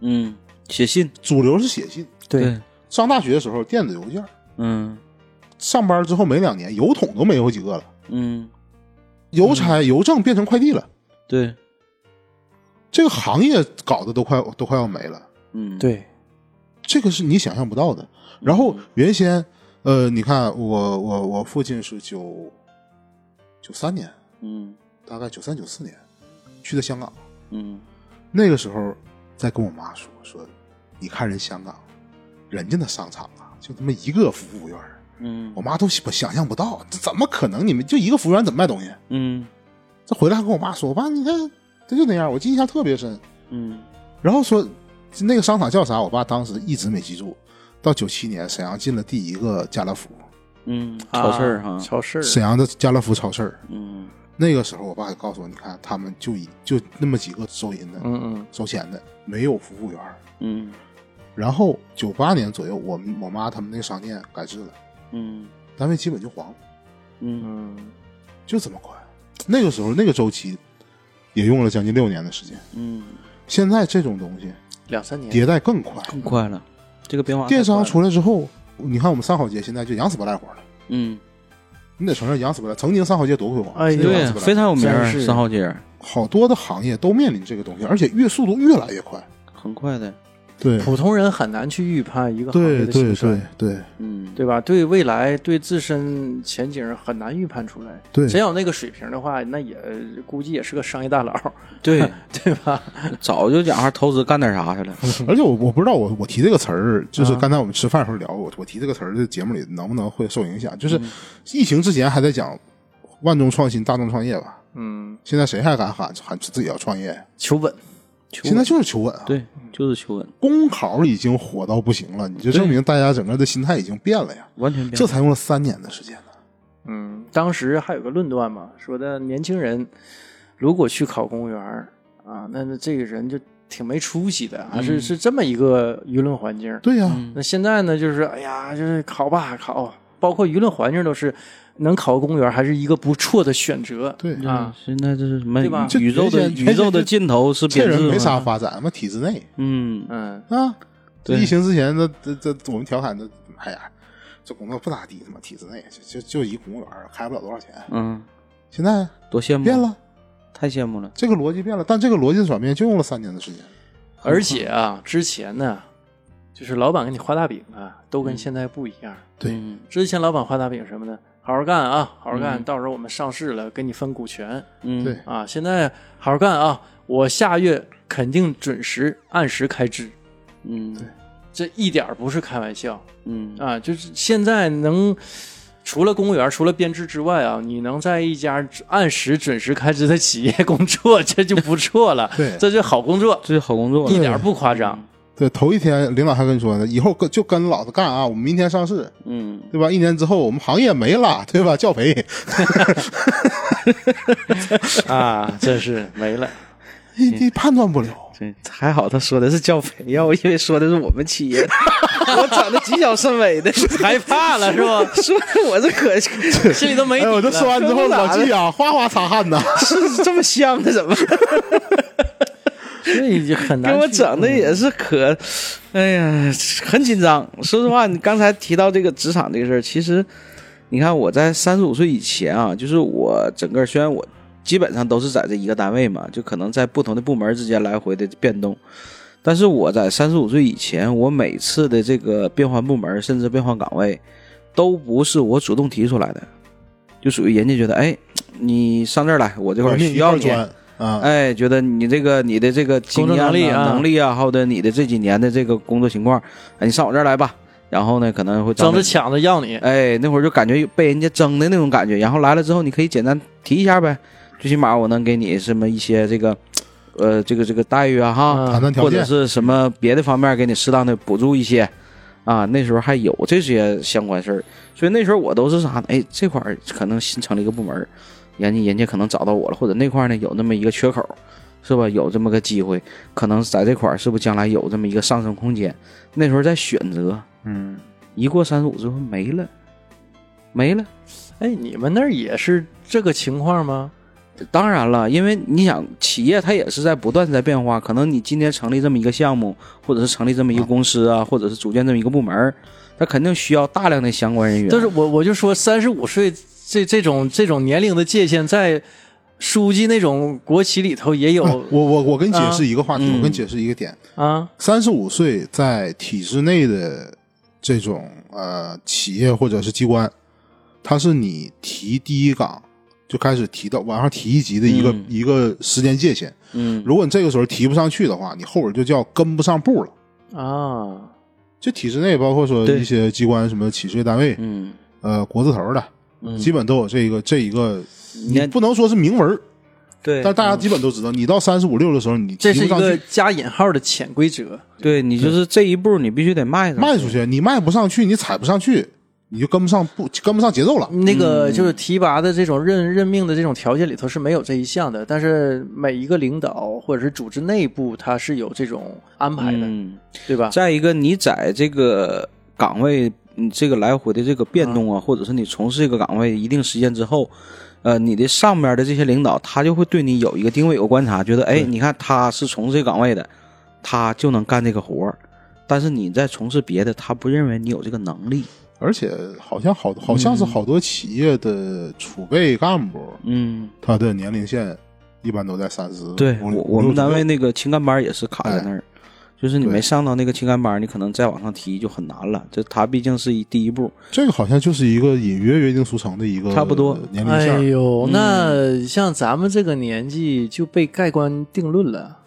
Speaker 2: 嗯，写信
Speaker 3: 主流是写信；
Speaker 1: 对，
Speaker 3: 上大学的时候电子邮件，
Speaker 2: 嗯
Speaker 3: 上班之后没两年，邮筒都没有几个了，
Speaker 2: 嗯，
Speaker 3: 邮差、邮政变成快递了，
Speaker 2: 对，
Speaker 3: 这个行业搞得都快都快要没了。
Speaker 2: 嗯
Speaker 1: 对，
Speaker 3: 这个是你想象不到的。然后原先，呃，你看我我我父亲是九九三年，
Speaker 2: 嗯
Speaker 3: 大概九三九四年去的香港，
Speaker 2: 嗯
Speaker 3: 那个时候在跟我妈说说，你看人香港，人家那商场啊，就他妈一个服务员儿，
Speaker 2: 嗯
Speaker 3: 我妈都想想象不到，这怎么可能？你们就一个服务员怎么卖东西？
Speaker 2: 嗯
Speaker 3: 这回来还跟我妈说，我爸你看他就那样，我印象特别深。
Speaker 2: 嗯
Speaker 3: 然后说那个商场叫啥，我爸当时一直没记住。到九七年，沈阳进了第一个家乐福，
Speaker 2: 嗯，超市儿哈
Speaker 1: 啊，超市儿，
Speaker 3: 沈阳的家乐福超市儿。
Speaker 2: 嗯
Speaker 3: 那个时候，我爸就告诉我，你看他们就一就那么几个收银的、
Speaker 1: 嗯嗯，
Speaker 3: 收钱的，没有服务员儿。
Speaker 2: 嗯
Speaker 3: 然后九八年左右，我们我妈他们那个商店改制了，
Speaker 2: 嗯
Speaker 3: 单位基本就黄了，
Speaker 2: 嗯
Speaker 1: 嗯，
Speaker 3: 就这么快。那个时候那个周期也用了将近六年的时间。
Speaker 2: 嗯，
Speaker 3: 现在这种东西
Speaker 1: 两三年，
Speaker 3: 迭代更快，
Speaker 2: 更快了，这个变化太
Speaker 3: 电商
Speaker 2: 快了
Speaker 3: 出来之后，你看我们三好街现在就养死不赖活了。
Speaker 2: 嗯，
Speaker 3: 你得承认，养死不赖。曾经三好街多辉煌，
Speaker 1: 哎
Speaker 3: 现在
Speaker 1: 对
Speaker 3: 养
Speaker 2: 对啊
Speaker 3: 死不，赖
Speaker 2: 非常有名儿
Speaker 1: 真，是
Speaker 2: 三号街儿
Speaker 3: 好多的行业都面临这个东西，而且越速度越来越快。
Speaker 2: 很快的，
Speaker 3: 对
Speaker 1: 普通人很难去预判一个行业
Speaker 3: 对
Speaker 1: 的兴
Speaker 3: 对
Speaker 1: 衰
Speaker 3: 对。对
Speaker 2: 嗯
Speaker 1: 对吧？对未来、对自身前景很难预判出来。
Speaker 3: 对
Speaker 1: 真有那个水平的话，那也估计也是个商业大佬，
Speaker 2: 对，
Speaker 1: 对吧？
Speaker 2: 早就讲话投资干点啥去了，
Speaker 3: 而且我我不知道我我提这个词儿，就是
Speaker 2: 嗯
Speaker 1: 啊
Speaker 3: 刚才我们吃饭的时候聊，我我提这个词儿的节目里能不能会受影响？就是
Speaker 2: 嗯
Speaker 3: 疫情之前还在讲万众创新、大众创业吧，
Speaker 1: 嗯，
Speaker 3: 现在谁还敢喊喊自己要创业？
Speaker 1: 求稳，
Speaker 2: 求
Speaker 3: 现在就是求稳啊！
Speaker 2: 对，就是求稳，
Speaker 3: 公考已经火到不行了，你就证明大家整个的心态已经变了呀。
Speaker 2: 完全变
Speaker 3: 这
Speaker 2: 了，
Speaker 3: 才用了三年的时间呢。
Speaker 1: 嗯，当时还有个论断嘛，说的年轻人如果去考公务员儿啊，那那这个人就挺没出息的，啊，是是这么一个舆论环境。
Speaker 3: 嗯对呀、
Speaker 2: 嗯
Speaker 1: 那现在呢，就是哎呀，就是考吧考，包括舆论环境都是能考公务员儿还是一个不错的选择。
Speaker 3: 对，
Speaker 2: 对
Speaker 1: 啊
Speaker 2: 现在这是什么
Speaker 1: 对吧
Speaker 2: 嗯宇宇宙的
Speaker 3: 这
Speaker 2: 宇宙的尽头是
Speaker 3: 这
Speaker 2: 编
Speaker 3: 人
Speaker 2: 制
Speaker 3: 没啥
Speaker 2: 吗？
Speaker 3: 发展，嘛体制内
Speaker 2: 嗯，
Speaker 1: 嗯，
Speaker 3: 啊。这
Speaker 2: 对
Speaker 3: 疫情之前，那这这我们调侃的，哎呀，这工作不咋地，他妈体制内就就就一公务员开不了多少钱。
Speaker 2: 嗯，
Speaker 3: 现在
Speaker 2: 多羡慕！啊
Speaker 3: 变，了，
Speaker 2: 太羡慕了。
Speaker 3: 这个逻辑变了，但这个逻辑的转变就用了三年的时间。
Speaker 1: 而且啊，之前呢，就是老板给你画大饼啊，都跟现在不一样。
Speaker 3: 对
Speaker 2: 嗯
Speaker 1: 之前老板画大饼什么呢？好好干啊，好好干，
Speaker 2: 嗯
Speaker 1: 到时候我们上市了，给你分股权
Speaker 2: 嗯，
Speaker 3: 对，。
Speaker 1: 啊。现在好好干啊，我下月肯定准时按时开支，
Speaker 2: 嗯，
Speaker 1: 这一点儿不是开玩笑
Speaker 2: 嗯，
Speaker 1: 啊！就是现在能除了公务员，除了编制之外啊，你能在一家按时准时开支的企业工作， 这就不错了
Speaker 3: 对
Speaker 1: 这就好工作，
Speaker 2: 这是好工作啊
Speaker 1: 一。点儿不夸张。
Speaker 3: 对，头一天领导还跟你说呢，以后跟就跟老子干啊，我们明天上市，
Speaker 2: 嗯，
Speaker 3: 对吧？一年之后我们行业没了，对吧？教培，
Speaker 1: 啊，真是没了。
Speaker 3: 你
Speaker 2: 嗯
Speaker 3: 你判断不了，
Speaker 2: 对，还好他说的是教培， 要我以为说的是我们企业， 我长得谨小慎微的，
Speaker 1: 害怕了是吧？
Speaker 2: 说的我这可 是
Speaker 1: 心里都没底
Speaker 3: 哎，
Speaker 1: 了。
Speaker 3: 我这说完之后，
Speaker 2: 说不咋
Speaker 3: 老
Speaker 2: 的
Speaker 3: 纪啊，哗哗擦汗呐。
Speaker 2: 这么香的，怎么
Speaker 1: 这已经很难
Speaker 2: 给我
Speaker 1: 去嗯
Speaker 2: 整的也是可，哎呀，很紧张。说实话，你刚才提到这个职场这个事儿，其实你看我在三十五岁以前啊，就是我整个虽然我基本上都是在这一个单位嘛，就可能在不同的部门之间来回的变动。但是我在三十五岁以前，我每次的这个变换部门，甚至变换岗位，都不是我主动提出来的，就属于人家觉得，哎，你上这儿来，我这块
Speaker 3: 我
Speaker 2: 儿
Speaker 3: 命一
Speaker 2: 需
Speaker 3: 块
Speaker 2: 要
Speaker 3: 儿
Speaker 2: 你，
Speaker 3: 钻啊，
Speaker 2: 哎，觉得你这个你的这个经
Speaker 1: 工
Speaker 2: 验
Speaker 1: 作
Speaker 2: 啊、
Speaker 1: 能力啊
Speaker 2: 能力啊，还有的你的这几年的这个工作情况，哎，你上我这儿来吧。然后呢，可能会找
Speaker 1: 争着
Speaker 2: 你，
Speaker 1: 抢着要你。
Speaker 2: 哎，那会儿就感觉被人家争的那种感觉。然后来了之后，你可以简单提一下呗，最起码我能给你什么一些这个，呃，这个这个待遇啊哈，
Speaker 1: 嗯
Speaker 3: 谈谈条
Speaker 2: 或者
Speaker 3: 件，
Speaker 2: 是什么别的方面给你适当的补助一些，啊，那时候还有这些相关事儿，所以那时候我都是啥呢？哎，这块儿可能新成立一个部门儿，人家人家可能找到我了，或者那块儿呢有那么一个缺口，是吧？有这么个机会，可能在这块儿是不是将来有这么一个上升空间？那时候在选择，
Speaker 3: 嗯，
Speaker 2: 一过三十五之后没了，没了。
Speaker 1: 哎，你们那儿也是这个情况吗？
Speaker 2: 当然了，因为你想，企业它也是在不断地在变化。可能你今天成立这么一个项目，或者是成立这么一个公司啊，或者是组建这么一个部门儿，它肯定需要大量的相关人员。
Speaker 1: 但是我我就说，三十五岁这这种这种年龄的界限，在书记那种国企里头也有
Speaker 3: 我我我跟你解释一个话题，
Speaker 2: 嗯
Speaker 3: 我跟你解释一个点，
Speaker 1: 啊。
Speaker 3: 三十五岁在体制内的这种呃企业或者是机关，它是你提第一岗就开始提到往上提一级的一个、
Speaker 2: 嗯
Speaker 3: 一个时间界限。
Speaker 2: 嗯，
Speaker 3: 如果你这个时候提不上去的话，你后边就叫跟不上步了。
Speaker 1: 啊，
Speaker 3: 就体制内，包括说
Speaker 2: 对
Speaker 3: 一些机关，什么企事业单位，
Speaker 2: 嗯，
Speaker 3: 呃，国字头的，基本都有这一个这一个，
Speaker 2: 你
Speaker 3: 你
Speaker 2: 看
Speaker 3: 不能说是明文儿，
Speaker 2: 对
Speaker 3: 但是大家基本都知道，你到三十五六的时候，你
Speaker 1: 这
Speaker 3: 提
Speaker 1: 是
Speaker 3: 不
Speaker 1: 一
Speaker 3: 上
Speaker 1: 个
Speaker 3: 去，
Speaker 1: 加引号的潜规则。
Speaker 2: 对你就是这一步，你必须得迈上
Speaker 3: 卖出去，你卖不上去，你踩不上去，你就跟不上步，跟不上节奏了。
Speaker 1: 那个就是提拔的这种任任命的这种条件里头是没有这一项的，但是每一个领导或者是组织内部，他是有这种安排的，
Speaker 2: 嗯，
Speaker 1: 对吧？
Speaker 2: 再一个，你在这个岗位，你这个来回的这个变动啊，或者是你从事这个岗位一定时间之后，呃，你的上面的这些领导，他就会对你有一个定位、有观察，觉得，哎，你看他是从事这个岗位的，他就能干这个活儿。但是你在从事别的，他不认为你有这个能力。
Speaker 3: 而且好像好好像是好多企业的储备干部，
Speaker 2: 嗯，
Speaker 3: 他的年龄线一般都在三十。
Speaker 2: 对我我们单位
Speaker 3: 那
Speaker 2: 那个情感班也是卡在那儿，就是你没上到那个情感班，你可能再往上提就很难了。这他毕竟是一第一步。
Speaker 3: 这个好像就是一个隐约约定俗成的一个
Speaker 2: 差不多
Speaker 3: 年龄
Speaker 1: 哎
Speaker 3: 线儿。嗯
Speaker 1: 呦，那像咱们这个年纪就被盖棺定论了。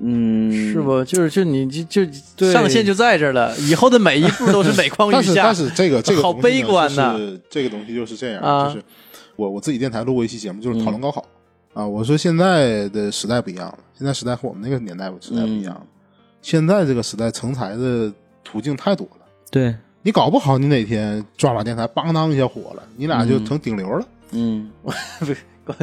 Speaker 2: 嗯，
Speaker 1: 是不？就是就你就就
Speaker 2: 对
Speaker 1: 上限就在这儿了，以后的每一步都是每况愈
Speaker 3: 但是
Speaker 1: 下
Speaker 3: 但。是这个这个
Speaker 1: 好
Speaker 3: 东西呢
Speaker 1: 悲观呐
Speaker 3: 就是这个东西就是这样，
Speaker 1: 啊嗯
Speaker 3: 就是我我自己电台录过一期节目，就是讨论高考、啊。我说现在的时代不一样了，现在时代和我们那个年代时代不一样了。现在这个时代成才的途径太多了，
Speaker 2: 对，
Speaker 3: 你搞不好你哪天抓把电台邦当一下火了，你俩就成顶流了，
Speaker 2: 嗯。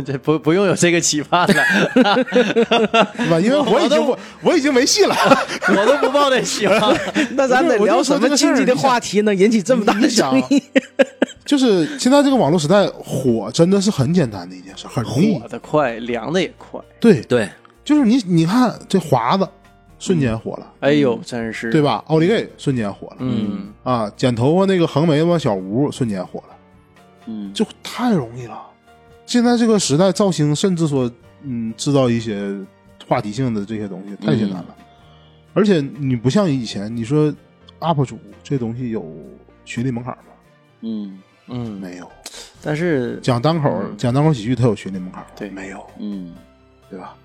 Speaker 1: 这不不用有这个期盼 了，
Speaker 3: 对吧？因为我 已经我我已经没戏了。
Speaker 1: 我都不抱这希望了。
Speaker 2: 那咱得聊什么禁忌的话题能引起这么大的争议？
Speaker 3: 就是现在这个网络时代火真的是很简单的一件事，很容易
Speaker 1: 火。的快，凉的也快。
Speaker 3: 对，
Speaker 2: 对，
Speaker 3: 就是你你看这华子瞬间火了。
Speaker 1: 哎呦，真是
Speaker 3: 嗯对？吧？奥利给瞬间火了，
Speaker 1: 嗯，
Speaker 3: 啊，剪头发那个横眉毛小吴瞬间火了，
Speaker 2: 嗯，
Speaker 3: 就太容易了。现在这个时代造型，甚至说，嗯，制造一些话题性的这些东西太简单了，
Speaker 1: 嗯
Speaker 3: 而且你不像以前，你说 UP 主这东西有学历门槛吗？
Speaker 2: 嗯
Speaker 1: 嗯，
Speaker 3: 没有。
Speaker 1: 但是
Speaker 3: 讲单口，讲单口喜剧，它有学历门槛吗？
Speaker 1: 嗯对
Speaker 3: 没有，
Speaker 2: 嗯，
Speaker 3: 对吧？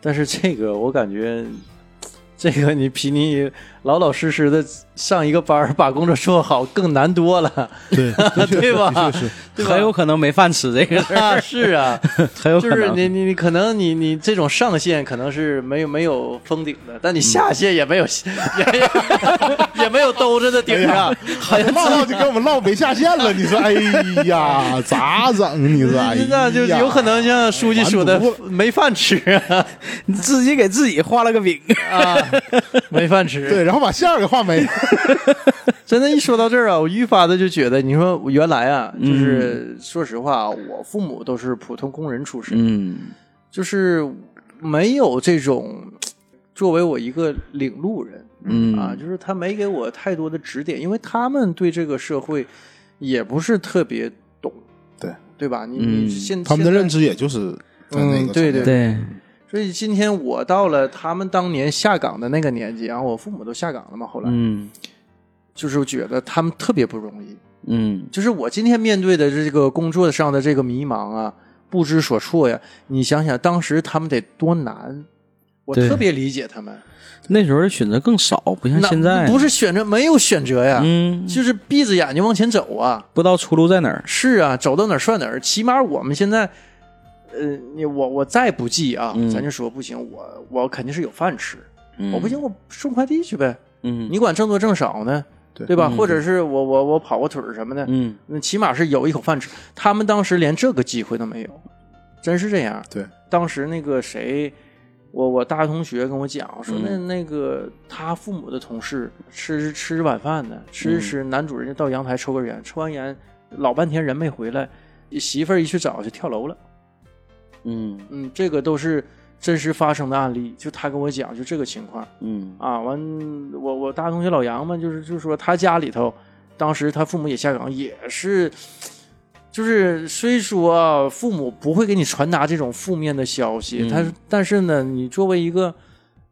Speaker 1: 但是这个我感觉 这个你比你老老实实的上一个班儿把工作做好更难多了，
Speaker 3: 对
Speaker 1: 对吧
Speaker 3: 的确是，
Speaker 1: 对 吧
Speaker 2: 很有可能没饭吃这个事儿，
Speaker 1: 啊，是啊，
Speaker 2: 很有
Speaker 1: 就
Speaker 2: 可
Speaker 1: 是
Speaker 2: 能。
Speaker 1: 你你你可能你你这种上限可能是没有没有封顶的，但你下限也没有、 也也没有兜着的顶啊哎上， 好像
Speaker 3: 唠唠就跟我们唠没下限了，你说，哎呀，咋整？你说，哎呀，
Speaker 1: 那就有可能像书记说的
Speaker 3: 完犊
Speaker 1: 没饭吃啊，
Speaker 2: 你自己给自己画了个饼，
Speaker 1: 没饭 吃。
Speaker 3: 对，然后把线儿给画没了。
Speaker 1: 真的，一说到这儿啊，我愈发的就觉得，你说我原来啊，就是、说实话，啊我父母都是普通工人出身，
Speaker 2: 嗯
Speaker 1: 就是没有这种作为我一个领路人。
Speaker 2: 嗯
Speaker 1: 啊，就是他没给我太多的指点，因为他们对这个社会也不是特别懂，
Speaker 3: 对
Speaker 1: 对吧？你、
Speaker 2: 嗯
Speaker 1: 你现
Speaker 3: 他们的认，
Speaker 1: 现
Speaker 3: 知也就是在那
Speaker 1: 嗯
Speaker 3: 个
Speaker 1: 对对
Speaker 2: 对，
Speaker 1: 在所以今天我到了他们当年下岗的那个年纪，然后我父母都下岗了嘛，后来、
Speaker 2: 嗯
Speaker 1: 就是觉得他们特别不容易，
Speaker 2: 嗯
Speaker 1: 就是我今天面对的这个工作上的这个迷茫啊，不知所措呀，你想想当时他们得多难。我
Speaker 2: 对
Speaker 1: 特别理解他们，
Speaker 2: 那时候的选择更少，不像
Speaker 1: 那
Speaker 2: 现在。
Speaker 1: 不，是选择没有选择呀，
Speaker 2: 嗯，
Speaker 1: 就是闭着眼睛往前走啊。
Speaker 2: 不知道出路在哪儿。
Speaker 1: 是啊，走到哪儿算哪儿。起码我们现在，呃，你我我再不济啊，
Speaker 2: 嗯
Speaker 1: 咱就说不行，我我肯定是有饭吃。
Speaker 2: 嗯
Speaker 1: 我不，行，我送快递去呗。
Speaker 2: 嗯
Speaker 1: 你管挣多挣少呢，
Speaker 3: 对
Speaker 1: 对吧？或者是我我我跑个腿儿什么的，
Speaker 2: 嗯，
Speaker 1: 那起码是有一口饭吃。他们当时连这个机会都没有，真是这样。
Speaker 3: 对，
Speaker 1: 当时那个谁，我我大学同学跟我讲说那，那个他父母的同事吃吃晚饭呢，吃着吃着男主人就到阳台抽根烟，抽完烟老半天人没回来，媳妇儿一去找就跳楼了。
Speaker 2: 嗯
Speaker 1: 嗯，这个都是真实发生的案例，就他跟我讲就这个情况。
Speaker 2: 嗯
Speaker 1: 啊，完我我大学同学老杨嘛，就是就是说他家里头，当时他父母也下岗，也是，就是虽说啊父母不会给你传达这种负面的消息，但是但是呢，你作为一个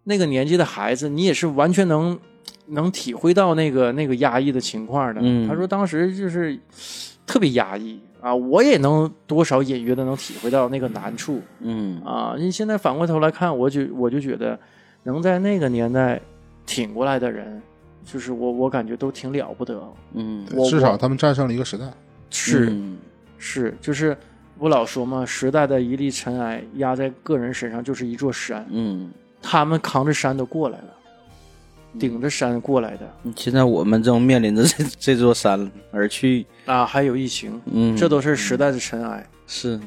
Speaker 1: 那个年纪的孩子，你也是完全能能体会到那个那个压抑的情况的。
Speaker 2: 嗯
Speaker 1: 他说当时就是特别压抑啊，我也能多少隐约的能体会到那个难处。
Speaker 2: 嗯
Speaker 1: 啊，你现在反过头来看，我就我就觉得，能在那个年代挺过来的人，就是我我感觉都挺了不得。
Speaker 2: 嗯，
Speaker 1: 我
Speaker 3: 对至少他们战胜了一个时代。
Speaker 1: 是、是，就是我老说嘛，时代的一粒尘埃压在个人身上就是一座山，
Speaker 2: 嗯，
Speaker 1: 他们扛着山都过来了，顶着山过来的
Speaker 2: 现在我们正面临着这这座山而去，
Speaker 1: 啊，还有疫情，
Speaker 2: 嗯，
Speaker 1: 这都是时代的尘埃，
Speaker 2: 是，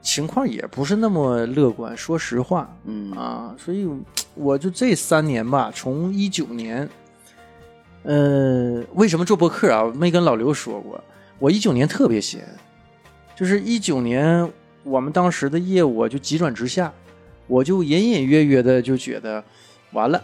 Speaker 1: 情况也不是那么乐观。说实话，
Speaker 2: 嗯
Speaker 1: 啊，所以我就这三年吧，从一九年，呃，为什么做播客啊？没跟老刘说过，我一九年特别闲，就是一九年我们当时的业务啊就急转直下，我就隐隐约约的就觉得，完了，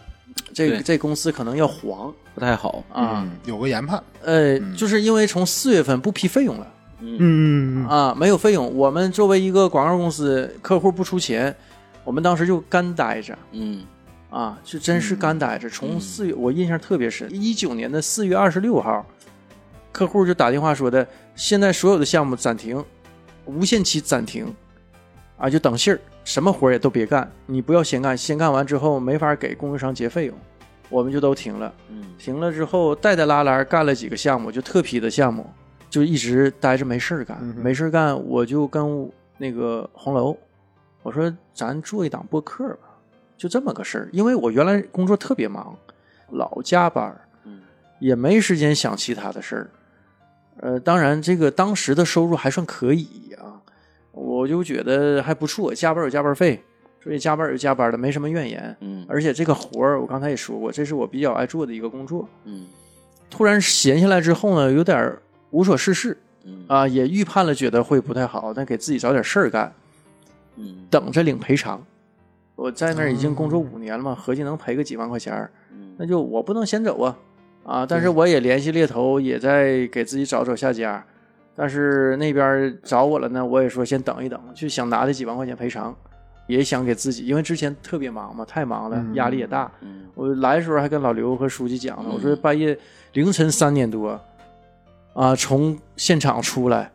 Speaker 1: 这
Speaker 2: 对
Speaker 1: 这公司可能要黄
Speaker 2: 不太好，
Speaker 1: 啊，
Speaker 3: 嗯，有个研判。
Speaker 1: 呃，就是因为从四月份不批费用了。
Speaker 3: 嗯
Speaker 1: 啊，没有费用。我们作为一个广告公司，客户不出钱，我们当时就干待着。
Speaker 2: 嗯
Speaker 1: 啊，就真是干待着。从四月，我印象特别深，一九年的四月二十六号，客户就打电话说的，现在所有的项目暂停，无限期暂停，啊，就等信儿，什么活儿也都别干，你不要先干，先干完之后没法给供应商结费用，我们就都停了。
Speaker 2: 嗯
Speaker 1: 停了之后，带带拉拉干了几个项目，就特批的项目，就一直待着没事儿
Speaker 2: 嗯
Speaker 1: 干，没事儿干，我就跟那个红楼，我说咱做一档播客吧，就这么个事儿。因为我原来工作特别忙，老加班儿
Speaker 2: 嗯，
Speaker 1: 也没时间想其他的事儿。呃，当然这个当时的收入还算可以啊，我就觉得还不错，加班有加班费，所以加班有加班的，没什么怨言。
Speaker 2: 嗯
Speaker 1: 而且这个活儿，我刚才也说过，这是我比较爱做的一个工作。
Speaker 2: 嗯
Speaker 1: 突然闲下来之后呢，有点儿无所事事
Speaker 2: 嗯
Speaker 1: 啊，也预判了觉得会不太好，但给自己找点事儿干，
Speaker 2: 嗯
Speaker 1: 等着领赔偿。我在那儿已经工作五年了嘛，合计能赔个几万块钱儿，那就我不能先走啊啊！但是我也联系猎头，也在给自己找找下家。但是那边找我了呢，我也说先等一等，就想拿这几万块钱赔偿，也想给自己，因为之前特别忙嘛，太忙了，压力也大。
Speaker 2: 嗯
Speaker 1: 我来的时候还跟老刘和书记讲呢，我说半夜凌晨三点多，啊，从现场出来，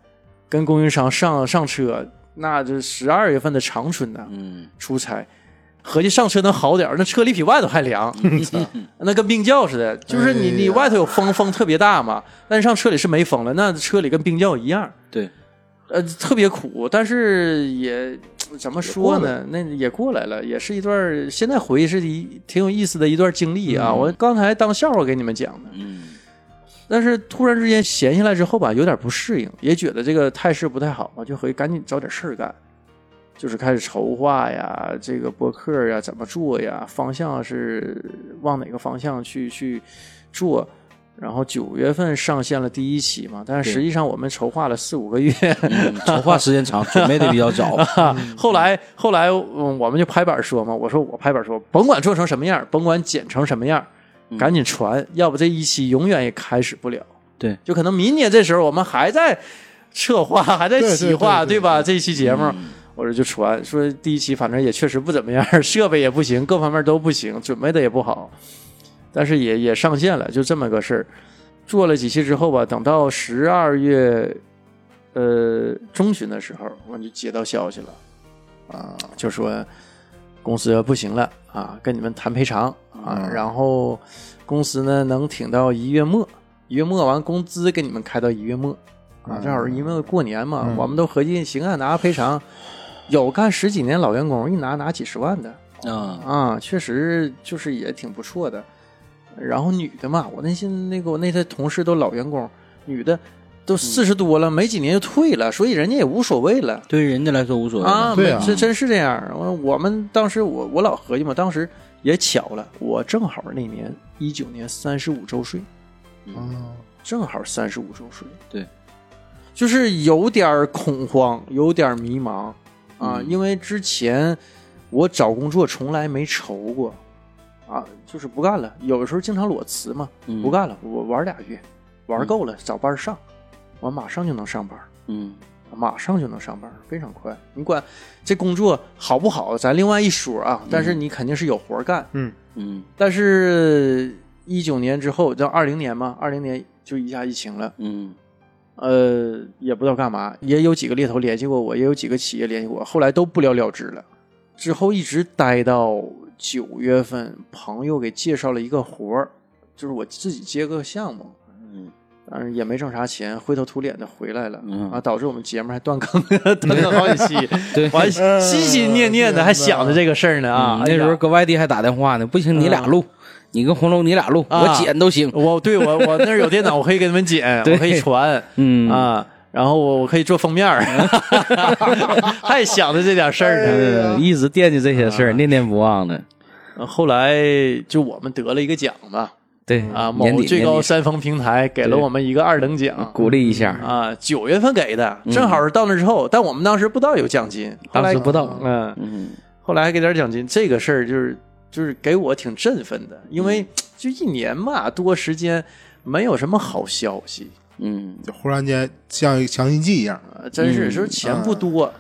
Speaker 1: 跟供应商上上车，那这十二月份的长春呢
Speaker 2: 嗯
Speaker 1: 出差，合计上车能好点儿那车里比外头还
Speaker 2: 嗯
Speaker 1: 凉，那跟冰窖似的。就是你你
Speaker 3: 哎呀
Speaker 1: 外头有风，风特别大嘛，但是上车里是没风了，那车里跟冰窖一样，
Speaker 4: 对，
Speaker 1: 呃，特别苦。但是也怎么说呢？那也过来了，也是一段儿现在回忆是一挺有意思的一段经历啊。我刚才当笑话给你们讲的，
Speaker 4: 嗯，
Speaker 1: 但是突然之间闲下来之后吧，有点不适应，也觉得这个态势不太好嘛，就回赶紧找点事儿干，就是开始筹划呀，这个播客呀怎么做呀，方向是往哪个方向去去做。然后九月份上线了第一期嘛，但是实际上我们筹划了四五个月，
Speaker 4: 嗯筹划时间长，准备的比较早，
Speaker 1: 哈，后来后来、嗯、我们就拍板说嘛，我说我拍板说，甭管做成什么样，甭管剪成什么样，赶紧传，要不这一期永远也开始不了。
Speaker 4: 对，
Speaker 1: 就可能明年这时候我们还在策划，还在企划，
Speaker 3: 对对对
Speaker 1: 吧？这一期节目。我说就传说第一期，反正也确实不怎么样， 设备也不行，各方面都不行，准备的也不好，但是也也上线了，就这么个事儿。做了几期之后吧，等到十二月呃中旬的时候，我就接到消息了，
Speaker 3: 啊，
Speaker 1: 就说公司不行了啊，跟你们谈赔偿啊，
Speaker 3: 嗯
Speaker 1: 然后公司呢能挺到一月末，一月末完工资给你们开到一月末啊，
Speaker 3: 嗯
Speaker 1: 正好是因为过年嘛，
Speaker 3: 嗯
Speaker 1: 我们都合计行啊，拿赔偿。有干十几年老员工，一拿拿几十万的
Speaker 4: 啊，
Speaker 1: 啊，确实就是也挺不错的。然后女的嘛，我那些那个我那些同事都老员工，女的都四十多了，没几年就退了，所以人家也无所谓了。
Speaker 4: 对于人家来说无所谓
Speaker 1: 啊，
Speaker 3: 对啊
Speaker 1: 没这真是这样。我我们当时我我老合计嘛，当时也巧了，我正好那年一九年三十五周岁，
Speaker 3: 嗯
Speaker 1: 正好三十五周岁，
Speaker 4: 对，
Speaker 1: 就是有点儿恐慌，有点儿迷茫啊，
Speaker 3: 嗯
Speaker 1: 因为之前我找工作从来没愁过啊，就是不干了，有的时候经常裸辞嘛，
Speaker 4: 嗯
Speaker 1: 不干了，我玩俩月，玩够了找班儿上，我马上就能上班儿。
Speaker 4: 嗯，
Speaker 1: 马上就能上班，非常快。你管这工作好不好，咱另外一说啊。但是你肯定是有活干。
Speaker 3: 嗯
Speaker 4: 嗯
Speaker 1: 但是，一九年之后，到二零年嘛，二零年就一下疫情了，
Speaker 4: 嗯
Speaker 1: 呃，也不知道干嘛。也有几个猎头联系过我，也有几个企业联系过我，后来都不了了之了。之后一直待到九月份，朋友给介绍了一个活儿，就是我自己接个项目，
Speaker 4: 嗯，
Speaker 1: 但是也没挣啥钱，灰头土脸的回来了、
Speaker 4: 嗯
Speaker 1: 啊，导致我们节目还断更，断更好几期。
Speaker 4: 对
Speaker 1: 我还心心念念的还想着这个事儿呢啊
Speaker 4: 嗯。
Speaker 1: 哎
Speaker 2: 那
Speaker 1: 呀
Speaker 2: 时候搁外地还打电话呢，不行你俩录，你跟红楼你俩录，
Speaker 1: 啊
Speaker 2: 我剪都行。
Speaker 1: 我对我我那儿有电脑，我可以给你们剪，
Speaker 2: 对
Speaker 1: 我可以传
Speaker 2: 嗯，
Speaker 1: 啊，然后我我可以做封面儿，还想着这点事儿呢。
Speaker 2: 呃一直惦记这些事儿，念念不忘的。
Speaker 1: 呃后来就我们得了一个奖嘛，
Speaker 2: 对
Speaker 1: 啊，某
Speaker 2: 年底
Speaker 1: 最高
Speaker 2: 年底
Speaker 1: 山峰平台给了
Speaker 2: 对
Speaker 1: 我们一个二等奖。
Speaker 2: 鼓励一下，
Speaker 1: 啊，九月份给的，正好是到那之后，但我们当时不知道有奖金，后
Speaker 2: 嗯当
Speaker 1: 来
Speaker 2: 时不到，
Speaker 1: 嗯，
Speaker 4: 嗯
Speaker 1: 后来还给点奖金，这个事儿就是就是给我挺振奋的，因
Speaker 2: 嗯
Speaker 1: 为就一年吧多时间没有什么好消息，
Speaker 4: 嗯
Speaker 3: 就忽然间像强心剂一样，
Speaker 1: 呃真是
Speaker 4: 嗯
Speaker 1: 说钱不多。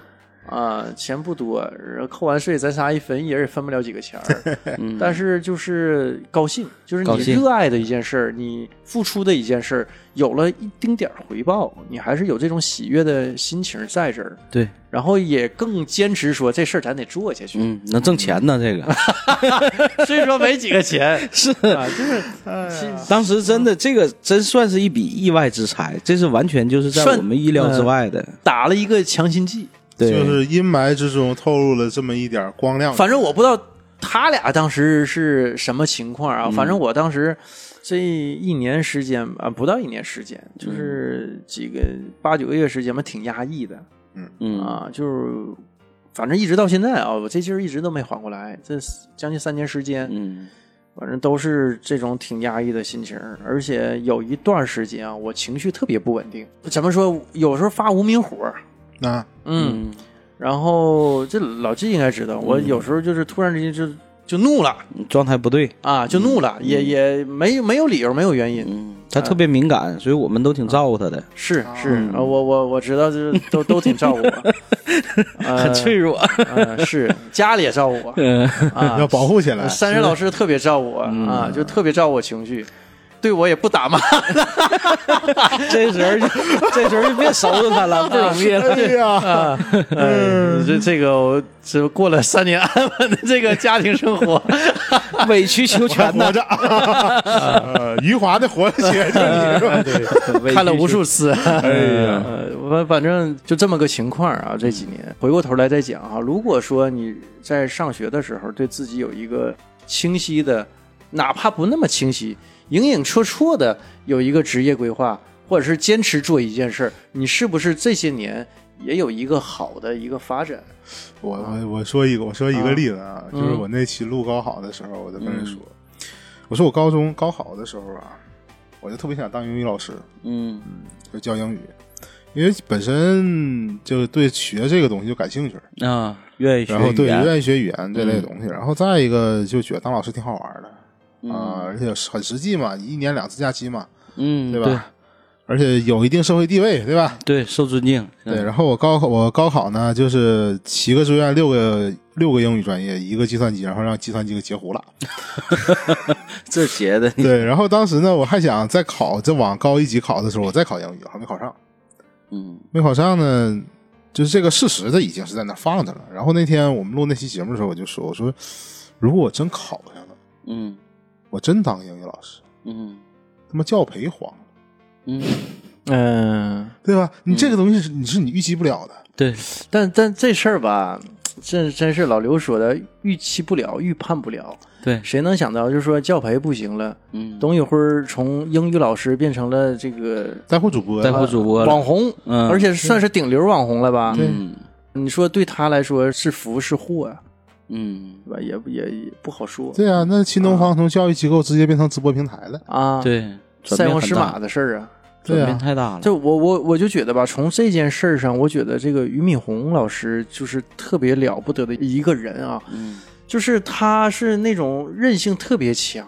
Speaker 1: 啊，钱不多，然后扣完税，咱仨一分，一人也分不了几个钱儿。
Speaker 4: 嗯
Speaker 1: 但是就是高兴，就是
Speaker 2: 高
Speaker 1: 你
Speaker 2: 兴
Speaker 1: 热爱的一件事儿，你付出的一件事儿，有了一丁点儿回报，你还是有这种喜悦的心情在这儿。
Speaker 2: 对，
Speaker 1: 然后也更坚持说这事儿咱得做下去。
Speaker 4: 嗯，能挣钱呢，这个嗯
Speaker 1: 虽说没几个钱， 是啊，就是
Speaker 2: 当时真的这个真算是一笔意外之财，这是完全就是在
Speaker 1: 算
Speaker 2: 我们意料之外的。
Speaker 1: 打了一个强心剂。
Speaker 2: 对，
Speaker 3: 就是阴霾之中透露了这么一点光亮。
Speaker 1: 反正我不知道他俩当时是什么情况啊，反正我当时这一年时间啊，不到一年时间，就是几个八九个月时间嘛，挺压抑的
Speaker 4: 嗯
Speaker 1: 啊，就是。反正一直到现在啊，我这劲儿一直都没缓过来，这将近三年时间，
Speaker 4: 嗯
Speaker 1: 反正都是这种挺压抑的心情儿，而且有一段时间啊，我情绪特别不稳定。怎么说？有时候发无名火儿，
Speaker 3: 啊，
Speaker 1: 嗯，然后这老纪应该知道，我有时候就是突然之间就就怒了
Speaker 2: 状态不对，
Speaker 1: 啊，就怒了，也也没没有理由，没有原因，
Speaker 4: 嗯
Speaker 2: 他特别敏感，所以我们都挺照顾他的，
Speaker 1: 是是，啊我我我知道，就是都都挺照顾我，呃
Speaker 2: 弱。
Speaker 1: 啊是家里也照顾我
Speaker 2: 嗯
Speaker 1: 啊呃
Speaker 3: 要，保护起来。
Speaker 1: 三人老师特别照顾我啊，就特别照顾我情绪。对我也不打骂，
Speaker 4: 这时候就这时候就别收拾他了，不容易
Speaker 2: 哎
Speaker 4: 了。
Speaker 3: 对哎呀，
Speaker 1: 嗯，这这个我这过了三年安稳的这个家庭生活，
Speaker 4: 委曲求 全
Speaker 3: 活
Speaker 4: 呐，
Speaker 3: 着，呃余华的活着写着你是吧？
Speaker 1: 看了无数 次。呃，我反正就这么个情况啊。这几年回过头来再讲啊，如果说你在上学的时候对自己有一个清晰的，哪怕不那么清晰，隐隐绰绰的有一个职业规划，或者是坚持做一件事儿，你是不是这些年也有一个好的一个发展？
Speaker 3: 我我我说一个，我说一个例子啊，就是我那期录高考的时候，我就跟人说，我说我高中高考的时候啊，我就特别想当英语老师，
Speaker 4: 嗯，
Speaker 3: 就教英语，因为本身就是对学这个东西就感兴趣，
Speaker 4: 啊，愿意学
Speaker 3: 然后
Speaker 4: 语
Speaker 3: 对
Speaker 4: 言，嗯
Speaker 3: 愿意学语言这类东西，然后再一个就觉得当老师挺好玩的啊、而且很实际嘛，一年两次假期嘛，
Speaker 4: 嗯，
Speaker 3: 对吧？而且有一定社会地位，对吧？
Speaker 4: 对？对，受尊敬，
Speaker 3: 对，然后我高考我高考呢，就是七个志愿，六个六个英语专业，一个计算机，然后让计算机给截胡 了。
Speaker 2: 嗯
Speaker 4: 这节的
Speaker 3: 对，然后当时呢，我还想再考，再往高一级考的时候，我再考英语，还没考上。
Speaker 4: 嗯
Speaker 3: 没考上呢，就是这个事实它已经是在那儿放着了。然后那天我们录那期节目的时候，我就说，我说如果我真考上了，
Speaker 4: 嗯
Speaker 3: 我真当英语老师，
Speaker 4: 嗯
Speaker 3: 他妈教培黄了，
Speaker 4: 嗯，
Speaker 1: 嗯，
Speaker 3: 对吧？你这个东西是你是你预期不了的。
Speaker 4: 对，
Speaker 1: 但但这事儿吧，这真是老刘说的，预期不了，预判不了。
Speaker 4: 对
Speaker 1: 谁能想到，就是说教培不行了，
Speaker 4: 嗯，
Speaker 1: 董宇辉儿从英语老师变成了这个
Speaker 3: 带货主播，
Speaker 4: 带货主播了
Speaker 1: 网红，
Speaker 4: 嗯
Speaker 1: 而且算是顶流网红了吧？
Speaker 4: 嗯
Speaker 1: 你说对他来说是福是祸啊，
Speaker 4: 嗯，
Speaker 1: 对吧？也也也不好说
Speaker 3: 对啊，那新东方从教育机构直接变成直播平台了。
Speaker 1: 啊。，
Speaker 4: 对，
Speaker 1: 塞翁失马
Speaker 4: 的
Speaker 1: 的事儿啊。
Speaker 3: 对
Speaker 4: 转
Speaker 3: 啊
Speaker 4: 变太大了，
Speaker 1: 就我我我就觉得吧，从这件事儿上，我觉得这个俞敏洪老师就是特别了不得的一个人啊。
Speaker 4: 嗯
Speaker 1: 就是他是那种韧性特别强，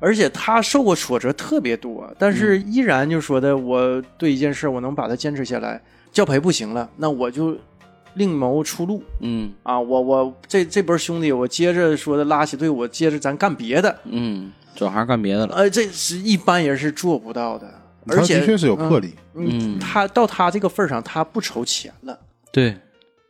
Speaker 1: 而且他受过挫折特别多，但
Speaker 3: 嗯
Speaker 1: 是依然就说的我对一件事我能把它坚持下来。教培不行了，那我就另谋出路
Speaker 4: 嗯
Speaker 1: 啊！我我这这波兄弟，我接着说的拉起队，我接着咱干别的。
Speaker 4: 嗯，转行干别的了，
Speaker 1: 呃，这是一般人是做不到的，
Speaker 3: 他
Speaker 1: 而且
Speaker 3: 的确是有魄力，
Speaker 1: 嗯，他到他这个份儿上，他不愁钱了，
Speaker 4: 对，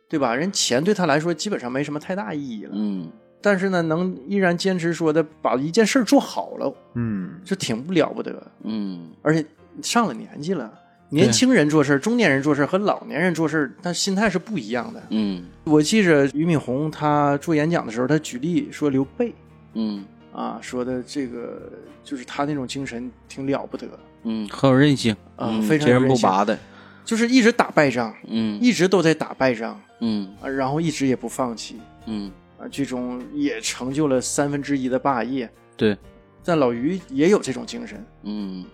Speaker 1: 对吧？人钱对他来说基本上没什么太大意义了，
Speaker 4: 嗯
Speaker 1: 但是呢，能依然坚持说的把一件事儿做好了，
Speaker 3: 嗯，
Speaker 1: 就挺不了不得，
Speaker 4: 嗯
Speaker 1: 而且上了年纪了。年轻人做事儿、中年人做事儿和老年人做事儿，他心态是不一样的。
Speaker 4: 嗯
Speaker 1: 我记着俞敏洪他做演讲的时候，他举例说刘备
Speaker 4: 嗯
Speaker 1: 啊，说的这个就是他那种精神挺了不得
Speaker 4: 嗯，很有韧性
Speaker 1: 啊，
Speaker 4: 嗯
Speaker 1: 非常
Speaker 4: 截
Speaker 1: 有
Speaker 4: 然不
Speaker 1: 韧性，
Speaker 4: 拔的，
Speaker 1: 就是一直打败仗，
Speaker 4: 嗯
Speaker 1: 一直都在打败仗
Speaker 4: 嗯
Speaker 1: 啊，然后一直也不放弃
Speaker 4: 嗯，
Speaker 1: 啊，最终也成就了三分之一的霸业。
Speaker 4: 对，
Speaker 1: 但老于也有这种精神，
Speaker 4: 嗯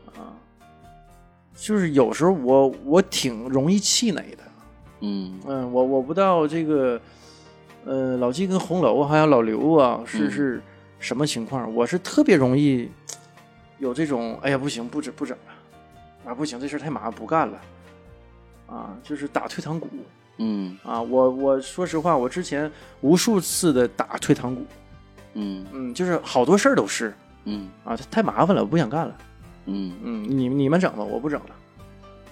Speaker 1: 就是有时候我我挺容易气馁的，
Speaker 4: 嗯
Speaker 1: 嗯，我我不知道这个，呃，老纪跟红楼啊还有老刘啊是
Speaker 4: 嗯
Speaker 1: 是什么情况？我是特别容易有这种，哎呀，不行，不整不整了，啊，不行，这事儿太麻烦，不干了，啊，就是打退堂鼓
Speaker 4: 嗯
Speaker 1: 啊。我我说实话，我之前无数次的打退堂鼓，
Speaker 4: 嗯
Speaker 1: 嗯，就是好多事儿都是
Speaker 4: 嗯
Speaker 1: 啊，这太麻烦了，我不想干了，
Speaker 4: 嗯
Speaker 1: 嗯，你你们整吧，我不整了，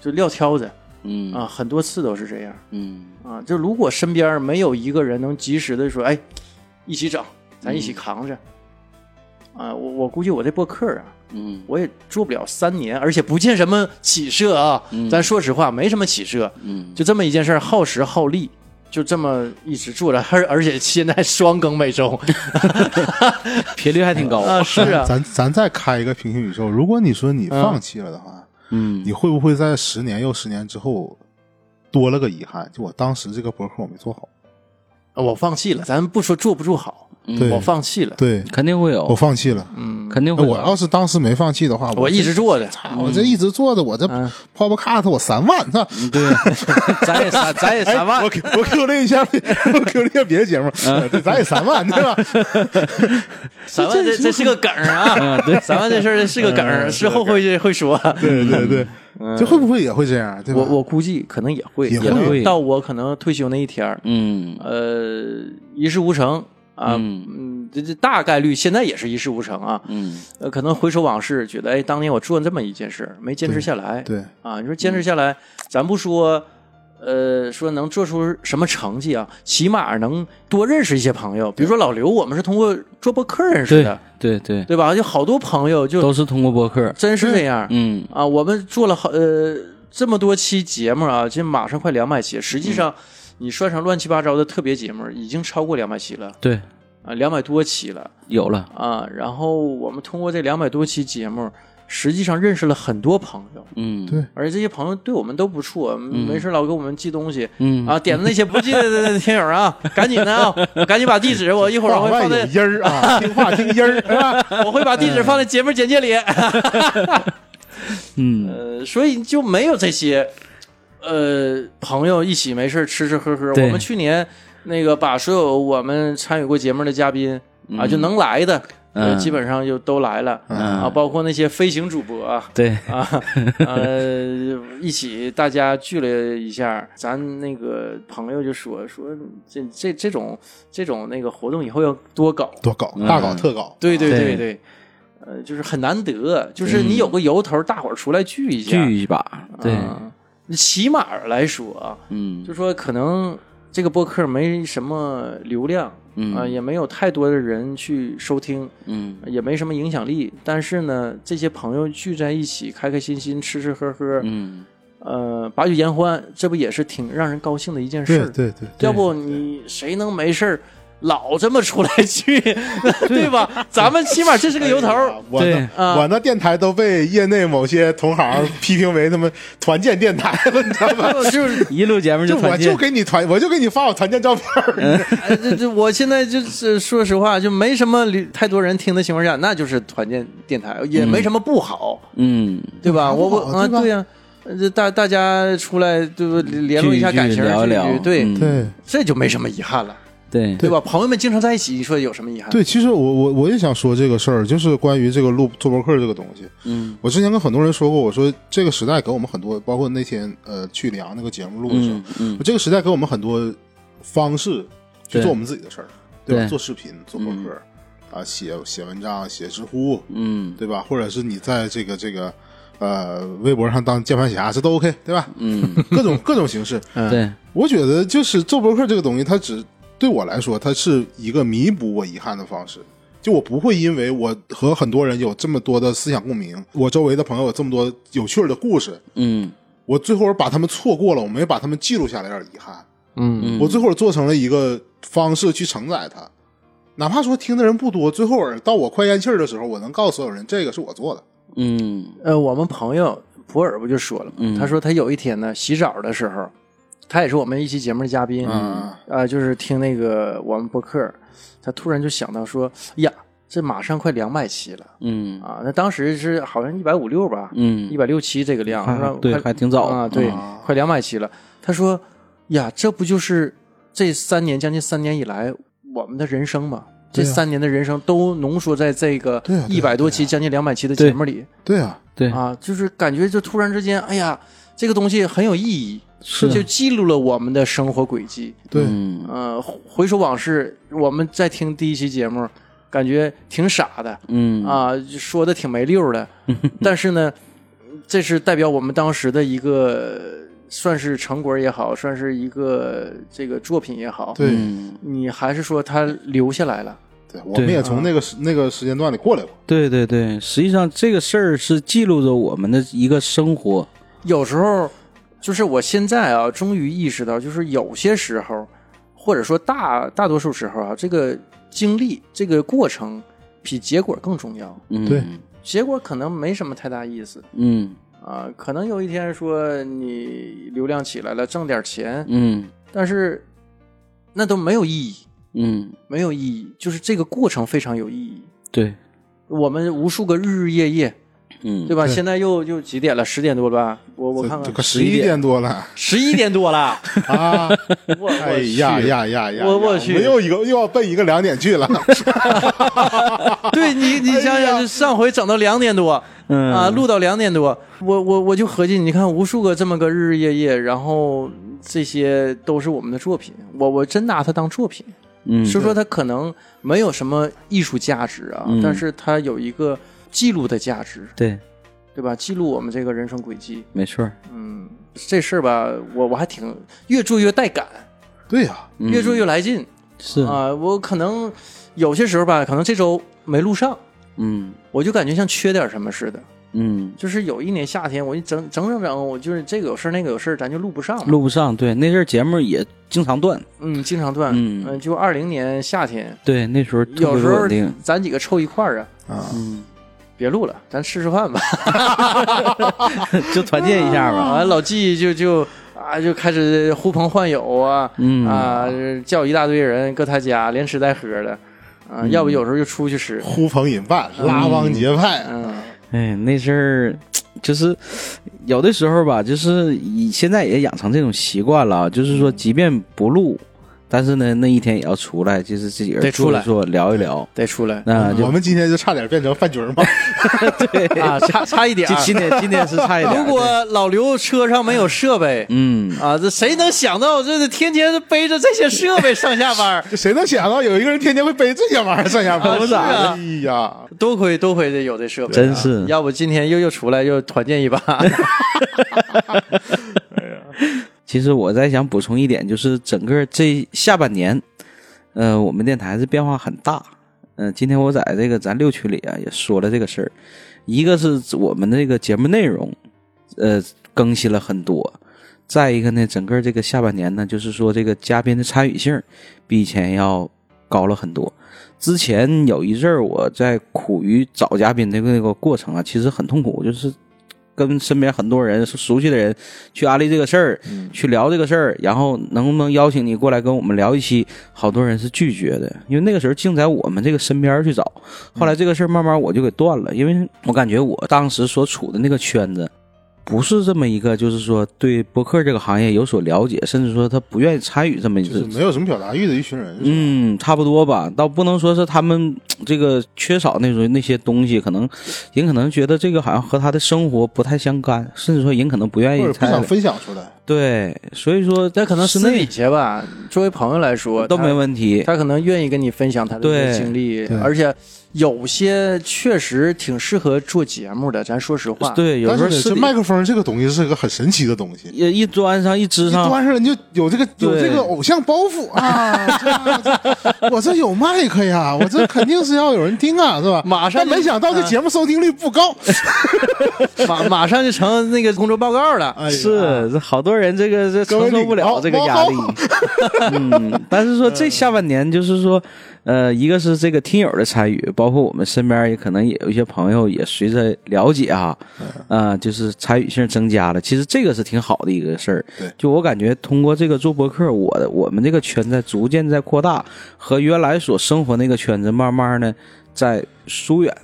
Speaker 1: 就撂挑子
Speaker 4: 嗯
Speaker 1: 啊，很多次都是这样。
Speaker 4: 嗯
Speaker 1: 啊，就如果身边没有一个人能及时的说，哎，一起整，咱一起扛着。啊，我我估计我这播客啊，
Speaker 4: 嗯
Speaker 1: 我也做不了三年，而且不见什么起色啊。咱说实话，没什么起色，
Speaker 4: 嗯，
Speaker 1: 就这么一件事儿，耗时耗力，就这么一直做着，而而且现在双更每周
Speaker 4: 频率还挺高，
Speaker 1: 啊，是 啊，
Speaker 3: 嗯咱咱再开一个平行宇宙，如果你说你放弃了的话，
Speaker 4: 嗯
Speaker 3: 你会不会在十年又十年之后多了个遗憾？就我当时这个博客我没做好，
Speaker 1: 我放弃了，咱不说做不做好，
Speaker 3: 对
Speaker 1: 嗯我放弃了，
Speaker 3: 对
Speaker 4: 肯定会有
Speaker 3: 我，放弃了。
Speaker 4: 肯定
Speaker 3: 那
Speaker 4: 会
Speaker 3: 我要是当时没放弃的话，
Speaker 1: 哦嗯我一直嗯做着，
Speaker 3: 我这一直做着，我这 Podcast 我三万，操！
Speaker 1: 嗯
Speaker 4: 对，咱也三咱也
Speaker 3: 哎
Speaker 4: 三万
Speaker 3: 我，Q- 我 Q 了一下，
Speaker 1: 嗯
Speaker 3: 我 Q 了一下别的节目，呃对咱也三万，对吧？
Speaker 1: 三万这这是个梗儿
Speaker 4: 嗯
Speaker 1: 啊，对，三万这事儿是个梗儿，是后会会说。
Speaker 3: 对对对，这会不会也会这样？对吧？
Speaker 1: 嗯我我估计可能也会，
Speaker 3: 也
Speaker 1: 能
Speaker 4: 会
Speaker 1: 到我可能退休那一天儿，
Speaker 4: 嗯
Speaker 1: 呃，一事无成啊，
Speaker 4: 嗯
Speaker 1: 嗯，这这大概率现在也是一事无成啊。
Speaker 2: 嗯，
Speaker 1: 呃，可能回首往事，觉得哎，当年我做了这么一件事，没坚持下来。
Speaker 3: 对，
Speaker 1: 啊，你说坚持下来，咱不说，呃，说能做出什么成绩啊，起码能多认识一些朋友。比如说老刘，我们是通过做播客认识
Speaker 2: 对
Speaker 1: 的，
Speaker 2: 对对，
Speaker 1: 对吧？有好多朋友就
Speaker 2: 都是通过播客。
Speaker 1: 真是这样、
Speaker 2: 嗯
Speaker 1: 啊。我们做了好呃这么多期节目啊，这马上快两百期，实
Speaker 3: 嗯
Speaker 1: 际上你算上乱七八糟的特别节目，已经超过两百期了，
Speaker 2: 对，
Speaker 1: 啊，两百多期了。
Speaker 2: 有了。
Speaker 1: 啊，然后我们通过这两百多期节目，实际上认识了很多朋友，
Speaker 2: 嗯，
Speaker 3: 对
Speaker 1: 而且这些朋友对我们都不错，嗯没
Speaker 3: 嗯
Speaker 1: 事老给我们寄东西。
Speaker 2: 嗯
Speaker 1: 啊，点的那些不记得的听友啊，赶紧的 啊，赶紧把地址，我一会儿我
Speaker 3: 话
Speaker 1: 会
Speaker 3: 外
Speaker 1: 放
Speaker 3: 有
Speaker 1: 在，
Speaker 3: 音儿啊，听话听音儿。
Speaker 1: 我会把地址放在节目简介里。
Speaker 2: 嗯，
Speaker 1: 呃，所以就没有这些，呃，朋友一起没事吃吃喝喝。
Speaker 2: 对
Speaker 1: 我们去年那个把所有我们参与过节目的嘉宾啊，就能来的，呃
Speaker 2: 嗯
Speaker 1: 基本上就都来了啊，包括那些飞行主播啊，
Speaker 2: 对，
Speaker 1: 啊，呃，一起大家聚了一下，咱那个朋友就说说这这这种这种那个活动以后要多搞，
Speaker 3: 多搞，大搞特搞。
Speaker 1: 对对
Speaker 2: 对嗯
Speaker 1: 对对，呃，就是很难得，就是你有个由头，大伙儿出来聚一下，
Speaker 2: 聚一把。对，
Speaker 1: 啊起码来说啊，
Speaker 2: 嗯
Speaker 1: 就说可能这个播客没什么流量啊、
Speaker 2: 嗯
Speaker 1: 也没有太多的人去收听，
Speaker 2: 嗯
Speaker 1: 也没什么影响力。但是呢，这些朋友聚在一起，开开心心，吃吃喝喝，
Speaker 2: 嗯，
Speaker 1: 呃，把酒言欢，这不也是挺让人高兴的一件事
Speaker 3: 对
Speaker 1: 儿？
Speaker 3: 对对，
Speaker 1: 要不你谁能没事儿老这么出来聚， 对吧？咱们起码这是个由头儿。
Speaker 3: 我
Speaker 2: 对
Speaker 3: 的
Speaker 1: 啊
Speaker 3: 我那电台都被业内某些同 行批评为他们团建电台了，你知道吗？
Speaker 1: 就是
Speaker 2: 一录节目
Speaker 3: 就
Speaker 2: 就
Speaker 3: 我
Speaker 2: 团
Speaker 3: 就
Speaker 2: 建。
Speaker 3: 给你团，我就给你发我团建照片儿。
Speaker 1: 哎这这，我现在就是说实话，就没什么流太多人听的情况下，那就是团建电台，也没什么不好，
Speaker 2: 嗯，
Speaker 1: 对吧？我我
Speaker 3: 不好
Speaker 1: 啊，
Speaker 3: 对吧
Speaker 1: 对呀、呃这大大家出来对不联络
Speaker 2: 聚
Speaker 1: 一下
Speaker 2: 聚
Speaker 1: 感情，聚
Speaker 2: 聊一
Speaker 1: 一聚
Speaker 2: 聊。
Speaker 1: 对，
Speaker 2: 嗯
Speaker 1: 这就没什么遗憾了，
Speaker 2: 对
Speaker 1: 对吧？朋友们经常在一起，你说有什么遗憾？
Speaker 3: 对，其实我我我也想说这个事儿，就是关于这个录做博客这个东西。嗯，我之前跟很多人说过，我说这个时代给我们很多，包括那天呃去梁那个节目录的时候，
Speaker 2: 嗯嗯
Speaker 3: 这个时代给我们很多方式去
Speaker 2: 对
Speaker 3: 做我们自己的事儿，对吧？
Speaker 2: 对
Speaker 3: 做视频、做博客、啊，写写文章、写知乎，
Speaker 2: 嗯
Speaker 3: 对吧？或者是你在这个这个呃微博上当键盘侠，这都 OK，对吧？
Speaker 2: 嗯，
Speaker 3: 各种各种形式，
Speaker 2: 对，
Speaker 3: 我觉得就是做博客这个东西，它只对我来说，它是一个弥补我遗憾的方式。就我不会因为我和很多人有这么多的思想共鸣，我周围的朋友有这么多有趣儿的故事，
Speaker 2: 嗯
Speaker 3: 我最后把他们错过了，我没把他们记录下来，有点遗憾。
Speaker 1: 嗯，
Speaker 3: 我最后做成了一个方式去承载它，哪怕说听的人不多，最后到我快咽气儿的时候，我能告诉所有人这个是我做的。
Speaker 2: 嗯
Speaker 1: 呃，我们朋友普洱不就说了吗？他说他有一天呢，洗澡的时候，他也是我们一期节目的嘉宾，
Speaker 3: 嗯
Speaker 1: 啊，就是听那个我们播客，他突然就想到说，哎呀，这马上快两百期了
Speaker 2: 嗯
Speaker 1: 啊！那当时是好像一百五六吧，一
Speaker 2: 嗯，
Speaker 1: 百六七这个量，是吧
Speaker 2: 啊对，
Speaker 1: 快
Speaker 2: 还挺早
Speaker 1: 啊，对，
Speaker 3: 啊
Speaker 1: 快两百期了。他说，呀，这不就是这三年将近三年以来我们的人生吗？这
Speaker 3: 对啊
Speaker 1: 三年的人生都浓缩在这个
Speaker 3: 对啊对
Speaker 1: 一
Speaker 3: 啊
Speaker 1: 百多期、将近两百期的节目里。
Speaker 3: 对啊，
Speaker 2: 对，
Speaker 1: 啊，就是感觉就突然之间，哎呀，这个东西很有意义，
Speaker 3: 啊
Speaker 1: 就记录了我们的生活轨迹。
Speaker 3: 对，
Speaker 2: 嗯
Speaker 1: 呃，回首往事，我们在听第一期节目，感觉挺傻的
Speaker 2: 嗯
Speaker 1: 啊，就说的挺没溜的，但是呢，这是代表我们当时的一个。算是成果也好，算是一个这个作品也好，
Speaker 3: 对，
Speaker 2: 嗯，
Speaker 1: 你还是说它留下来了，
Speaker 3: 对，我们也从那个时那个时间段里过来过。
Speaker 2: 对对对，实际上这个事儿是记录着我们的一个生活。
Speaker 1: 有时候就是我现在啊，终于意识到，就是有些时候，或者说大大多数时候啊，这个经历、这个过程比结果更重要。
Speaker 2: 嗯，
Speaker 3: 对，
Speaker 1: 结果可能没什么太大意思
Speaker 2: 嗯
Speaker 1: 啊，可能有一天说你流量起来了，挣点钱，
Speaker 2: 嗯
Speaker 1: 但是那都没有意义，
Speaker 2: 嗯，
Speaker 1: 没有意义，就是这个过程非常有意义。
Speaker 2: 对，
Speaker 1: 我们无数个日日夜夜，
Speaker 2: 嗯
Speaker 1: 对吧？
Speaker 3: 对
Speaker 1: 现在又又几点了？十点多了吧？我我看
Speaker 3: 这
Speaker 1: 看，
Speaker 3: 个十一点多了
Speaker 1: 十一点多了。
Speaker 3: 啊！
Speaker 1: 我
Speaker 3: 哎呀呀呀呀！
Speaker 1: 我
Speaker 3: 呀
Speaker 1: 我去
Speaker 3: 们又一个又要奔一个两点去了。
Speaker 1: 对你，你想想，就上回整到两点多，
Speaker 2: 嗯
Speaker 1: 啊，录到两点多，我我我就合计，你看无数个这么个日日夜夜，然后这些都是我们的作品，我我真拿它当作品，
Speaker 2: 嗯，
Speaker 1: 是说它可能没有什么艺术价值啊，
Speaker 2: 嗯
Speaker 1: 但是它有一个记录的价值，
Speaker 2: 对，
Speaker 1: 对吧？记录我们这个人生轨迹。
Speaker 2: 没错儿，
Speaker 1: 嗯，这事儿吧，我我还挺越做越带感，
Speaker 3: 对呀、
Speaker 2: 嗯
Speaker 1: 越做越来劲
Speaker 2: 是，
Speaker 1: 啊、我可能有些时候吧，可能这周没录上，
Speaker 2: 嗯
Speaker 1: 我就感觉像缺点什么似的。
Speaker 2: 嗯，
Speaker 1: 就是有一年夏天，我一整整整整，我就是这个有事儿那个有事儿，咱就录不上嘛。
Speaker 2: 录不上，对，那阵儿节目也经常断，
Speaker 1: 嗯，经常断。
Speaker 2: 嗯
Speaker 1: 就二零年夏天，
Speaker 2: 对，那时候特别
Speaker 1: 有时候
Speaker 2: 稳定，
Speaker 1: 咱几个凑一块儿啊，
Speaker 3: 啊，
Speaker 2: 嗯，
Speaker 1: 别录了，咱吃吃饭吧。
Speaker 2: 就团建一下吧，
Speaker 1: 啊，老纪就就啊就开始呼朋唤友啊，
Speaker 2: 嗯
Speaker 1: 啊叫一大堆人搁他家，连吃带喝的，啊，要不有时候就出去吃，
Speaker 3: 呼朋引伴，拉帮结派，
Speaker 1: 嗯
Speaker 2: 哎，那阵儿就是有的时候吧，就是以现在也养成这种习惯了啊，就是说，即便不录，但是呢，那一天也要出来，就是自己人
Speaker 1: 得出
Speaker 2: 坐
Speaker 1: 来
Speaker 2: 一坐，聊一聊，
Speaker 1: 得出来
Speaker 2: 那就
Speaker 3: 啊我们今天就差点变成饭局儿嘛。
Speaker 2: 对。
Speaker 1: 啊，差差一点儿
Speaker 2: 今。今天今天是差一 点儿，
Speaker 1: 如果老刘车上没有设备
Speaker 2: 对嗯，
Speaker 1: 啊，这谁能想到这天天背着这些设备上下班 儿？
Speaker 3: 这谁能想到有一个人天天会背这些玩意儿上下班？
Speaker 1: 啊是啊
Speaker 3: 哎呀，
Speaker 1: 多亏多亏这有这设备啊，
Speaker 2: 真是
Speaker 1: 要不今天又又出来又团建一 把。
Speaker 2: 其实我在想补充一点，就是整个这下半年，呃，我们电台是变化很大。嗯、今天我在这个咱六群里啊也说了这个事儿，一个是我们这个节目内容，呃，更新了很多。再一个呢，整个这个下半年呢，就是说这个嘉宾的参与性比以前要高了很多。之前有一阵儿我在苦于找嘉宾这个那个过程啊，其实很痛苦，就是跟身边很多人熟悉的人去安利这个事儿，去聊这个事儿，然后能不能邀请你过来跟我们聊一期？好多人是拒绝的，因为那个时候净在我们这个身边去找。后来这个事儿慢慢我就给断了，因为我感觉我当时所处的那个圈子。不是这么一个，就是说对播客这个行业有所了解，甚至说他不愿意参与这么一
Speaker 3: 就是
Speaker 2: 个
Speaker 3: 没有什么表达欲的一群人，是吧
Speaker 2: 嗯，差不多吧，倒不能说是他们这个缺少那种那些东西，可能人可能觉得这个好像和他的生活不太相干，甚至说人可能不愿
Speaker 3: 或
Speaker 2: 意
Speaker 3: 者不
Speaker 2: 参
Speaker 3: 想
Speaker 2: 与。
Speaker 3: 分享出来。
Speaker 2: 对，所以说
Speaker 1: 但可能
Speaker 2: 室
Speaker 1: 私
Speaker 2: 内
Speaker 1: 底下吧，作为朋友来说
Speaker 2: 都没
Speaker 1: 他
Speaker 2: 问题。
Speaker 1: 他可能愿意跟你分享他的一些
Speaker 2: 对
Speaker 1: 经历，而且有些确实挺适合做节目的。咱说实话，
Speaker 2: 对，有
Speaker 3: 但
Speaker 2: 时
Speaker 3: 是
Speaker 2: 候
Speaker 3: 呢，
Speaker 2: 私
Speaker 3: 这
Speaker 2: 底
Speaker 3: 麦克风这个东西是个很神奇的东西，
Speaker 2: 也一端上一支
Speaker 3: 一
Speaker 2: 上，
Speaker 3: 端上人就有这个有
Speaker 2: 对
Speaker 3: 这个偶像包袱啊！ 这我这有麦克呀，我这肯定是要有人听啊，是 吧？
Speaker 1: 马上
Speaker 3: 但没想到这节目收听率不高，
Speaker 2: 嗯
Speaker 1: 马马上就成那个工作报告了。
Speaker 3: 哎呀
Speaker 2: 是这好多人这个这
Speaker 3: 各
Speaker 2: 承
Speaker 3: 位
Speaker 2: 受
Speaker 3: 领
Speaker 2: 不了
Speaker 3: 导
Speaker 2: 这个
Speaker 3: 报
Speaker 2: 压
Speaker 3: 告
Speaker 2: 力。 嗯，但是说这下半年就是说，呃，一个是这个听友的参与，包括我们身边也可能也有一些朋友也随着了解哈、
Speaker 3: 嗯
Speaker 2: 啊，呃，就是参与性增加了。其实这个是挺好的一个事儿
Speaker 3: 对。
Speaker 2: 就我感觉通过这个做博客，我的我们这个圈在逐渐在扩大，和原来所生活那个圈子慢慢呢在疏远，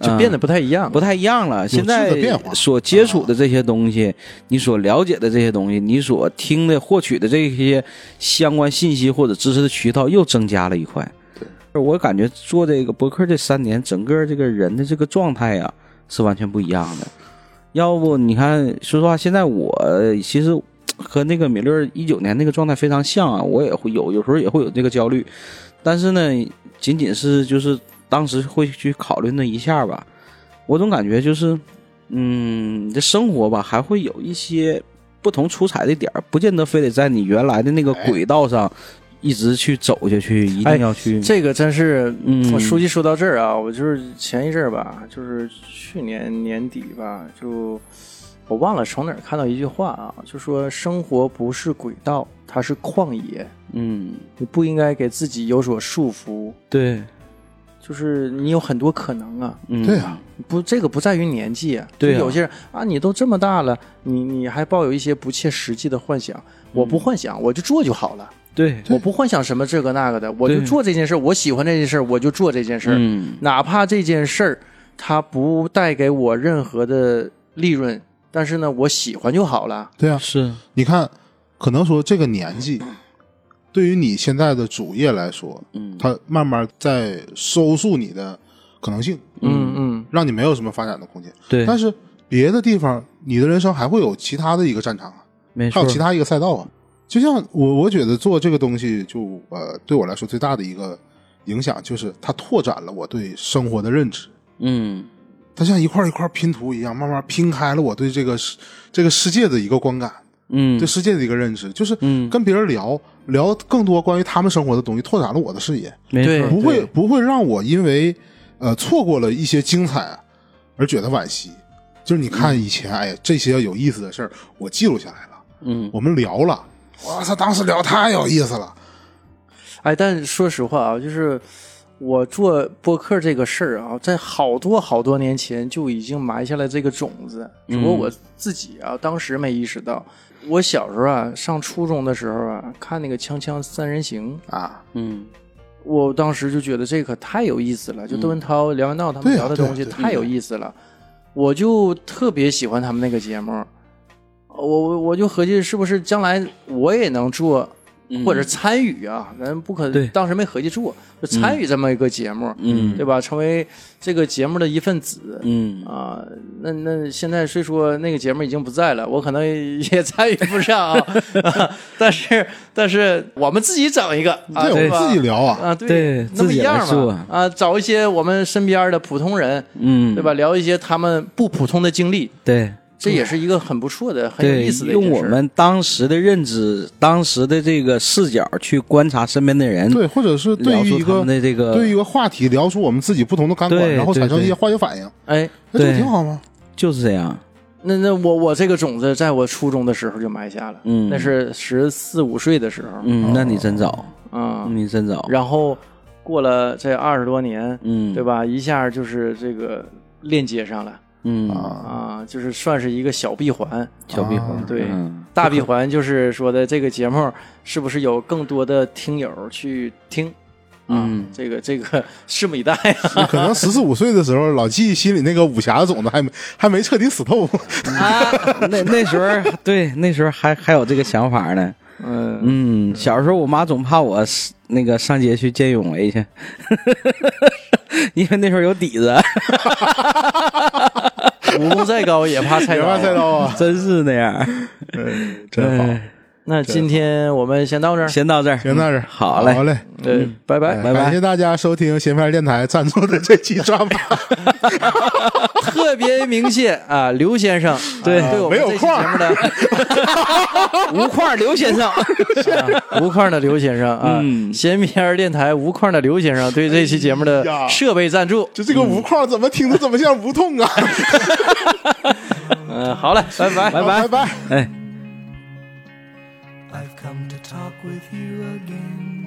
Speaker 1: 就
Speaker 2: 嗯
Speaker 1: 变得不太一样了，
Speaker 2: 不太一样了。现在
Speaker 3: 质的变化啊
Speaker 2: 所接触的这些东西，你所了解的这些东西，你所听的、获取的这些相关信息或者知识的渠道又增加了一块。我感觉做这个博客这三年，整个这个人的这个状态呀、是完全不一样的。要不你看，说实话，现在我其实和那个米勒一九年那个状态非常像啊，我也会有有时候也会有这个焦虑，但是呢，仅仅是就是当时会去考虑那一下吧，我总感觉就是，嗯，你的生活吧还会有一些不同出彩的点儿，不见得非得在你原来的那个轨道上一直去走下去，一定要去，
Speaker 1: 哎这个真是，
Speaker 2: 嗯
Speaker 1: 我书记说到这儿啊，我就是前一阵儿吧，就是去年年底吧，就我忘了从哪儿看到一句话啊，就说生活不是轨道，它是旷野，
Speaker 2: 嗯，
Speaker 1: 你不应该给自己有所束缚，
Speaker 2: 对，
Speaker 1: 就是你有很多可能啊，
Speaker 2: 嗯，
Speaker 3: 对啊，
Speaker 1: 不，这个不在于年纪、啊，
Speaker 2: 对啊
Speaker 1: 就有些人啊，你都这么大了，你你还抱有一些不切实际的幻想。我不幻想，我就做就好了。
Speaker 2: 嗯对，
Speaker 1: 我不幻想什么这个那个的，我就
Speaker 2: 对
Speaker 1: 做这件事儿，我喜欢这件事儿，我就做这件事儿，
Speaker 2: 嗯，
Speaker 1: 哪怕这件事儿它不带给我任何的利润，但是呢，我喜欢就好了。
Speaker 3: 对啊，
Speaker 2: 是，
Speaker 3: 你看，可能说这个年纪，对于你现在的主业来说，
Speaker 2: 嗯，
Speaker 3: 它慢慢在收束你的可能性，
Speaker 1: 嗯嗯，
Speaker 3: 让你没有什么发展的空间。
Speaker 2: 对，
Speaker 3: 但是别的地方，你的人生还会有其他的一个战场啊，
Speaker 2: 没
Speaker 3: 还
Speaker 2: 错
Speaker 3: 有，其他一个赛道啊。就像我，我觉得做这个东西就，呃，对我来说最大的一个影响就是它拓展了我对生活的认知。
Speaker 2: 嗯，
Speaker 3: 它像一块一块拼图一样，慢慢拼开了我对这个世这个世界的一个观感，
Speaker 2: 嗯
Speaker 3: 对世界的一个认知，就是跟别人聊、聊更多关于他们生活的东西，拓展了我的视野，
Speaker 2: 没错
Speaker 1: 对
Speaker 3: 不会不会让我因为呃错过了一些精彩而觉得惋惜。就是你看以前，哎，这些有意思的事儿我记录下来了，
Speaker 2: 嗯，
Speaker 3: 我们聊了，哇塞，当时聊太有意思了，
Speaker 1: 哎，但说实话啊，就是我做播客这个事儿啊，在好多好多年前就已经埋下了这个种子，只不过我自己啊，当时没意识到。我小时候啊，上初中的时候啊，看那个《锵锵三人行》
Speaker 3: 啊，
Speaker 2: 嗯，
Speaker 1: 我当时就觉得这可太有意思了，就窦文涛、梁文道他们
Speaker 3: 嗯对啊
Speaker 1: 聊的东西
Speaker 3: 对啊对啊
Speaker 1: 太有意思了，我就特别喜欢他们那个节目。我我我就合计是不是将来我也能做
Speaker 3: 嗯
Speaker 1: 或者参与啊？咱不可
Speaker 2: 对
Speaker 1: 当时没合计做，就参与这么一个节目，
Speaker 2: 嗯
Speaker 1: 对吧？成为这个节目的一份子。
Speaker 2: 嗯，
Speaker 1: 啊，那那现在虽说那个节目已经不在了，我可能也参与不上 啊，但是但是我们自己整一个啊，
Speaker 3: 对，我们
Speaker 1: 吧
Speaker 3: 自己聊啊，
Speaker 1: 啊，对，
Speaker 2: 对
Speaker 1: 那么
Speaker 2: 自
Speaker 1: 一
Speaker 2: 己
Speaker 1: 样
Speaker 2: 来做
Speaker 1: 嘛，啊，找一些我们身边的普通人，
Speaker 2: 嗯，
Speaker 1: 对吧？聊一些他们不普通的经历，
Speaker 2: 对
Speaker 1: 这也是一个很不错的、很有
Speaker 2: 对
Speaker 1: 意思，的一件
Speaker 2: 用
Speaker 1: 事
Speaker 2: 我们当时的认知、当时的这个视角去观察身边的人，
Speaker 3: 对，或者是
Speaker 2: 嗯
Speaker 3: 对
Speaker 2: 聊
Speaker 3: 于
Speaker 2: 出
Speaker 3: 一
Speaker 2: 他
Speaker 3: 个
Speaker 2: 们的这个，
Speaker 3: 对于一个话题聊出我们自己不同的感官，
Speaker 2: 对
Speaker 3: 然后
Speaker 2: 对
Speaker 3: 产生一些
Speaker 2: 对
Speaker 3: 化学反应，
Speaker 1: 哎，
Speaker 3: 那这不
Speaker 2: 对
Speaker 3: 挺好吗？
Speaker 2: 就是这样。
Speaker 1: 那那我我这个种子在我初中的时候就埋下了，
Speaker 2: 嗯
Speaker 1: 那是十四五岁的时候，
Speaker 2: 嗯，那你真早，
Speaker 1: 哦啊、
Speaker 2: 你真早。
Speaker 1: 然后过了这二十多年，
Speaker 2: 嗯，
Speaker 1: 对？吧？一下就是这个链接上了
Speaker 2: 嗯，
Speaker 3: 啊，
Speaker 1: 啊，就是算是一个小闭环，
Speaker 2: 小闭环
Speaker 3: 啊，
Speaker 1: 对。
Speaker 2: 嗯
Speaker 1: 大闭环就是说的这个节目是不是有更多的听友去听啊？
Speaker 2: 嗯
Speaker 1: 这个这个拭目以待啊！
Speaker 3: 可能十四五岁的时候，老纪心里那个武侠的种子还没还没彻底死 透。
Speaker 2: 那那时候，对，那时候还还有这个想法呢。
Speaker 1: 嗯，
Speaker 2: 嗯，小时候我妈总怕我是那个上街去见泳围去， 因为那时候有底子，
Speaker 1: 武功再高也怕菜
Speaker 3: 别
Speaker 1: 刀
Speaker 3: 怕。菜刀啊！
Speaker 2: 真是那样。
Speaker 3: 嗯真好，
Speaker 2: 哎
Speaker 1: 那今天我们先到这儿，
Speaker 2: 先到这儿，
Speaker 3: 行，那是
Speaker 2: 嗯好嘞
Speaker 3: 好嘞，
Speaker 1: 对，拜嗯拜。
Speaker 3: 哎
Speaker 2: 拜拜
Speaker 3: 感谢大家收听闲篇电台赞助的这期抓马，
Speaker 1: 特别鸣谢 啊，刘先生，
Speaker 2: 对
Speaker 1: 啊对我
Speaker 3: 没
Speaker 1: 们
Speaker 3: 有
Speaker 1: 这期
Speaker 3: 框
Speaker 1: 节目的
Speaker 2: 无框刘先生，
Speaker 1: 啊无框的刘先生啊，
Speaker 2: 嗯
Speaker 1: 闲篇儿电台无框的刘先生对这期节目
Speaker 3: 哎呀
Speaker 1: 的设备赞助，
Speaker 3: 就这个无框怎么听着怎么像无痛啊！
Speaker 1: 嗯，好嘞，拜拜。
Speaker 2: 拜拜，
Speaker 3: 拜拜。
Speaker 2: 哎。
Speaker 5: I've come to talk with you again.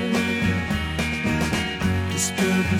Speaker 5: disturb the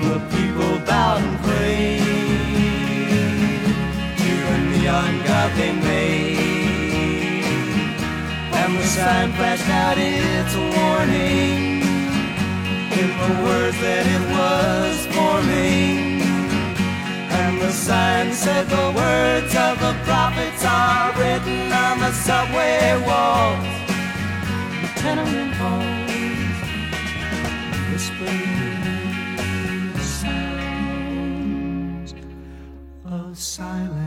Speaker 5: the people bowed and prayed to the neon god they made. And the sign flashed out its warning in the words that it was forming. And the sign said the words of the prophets are written on the subway walls, the tenement halls, whispering sounds of silence.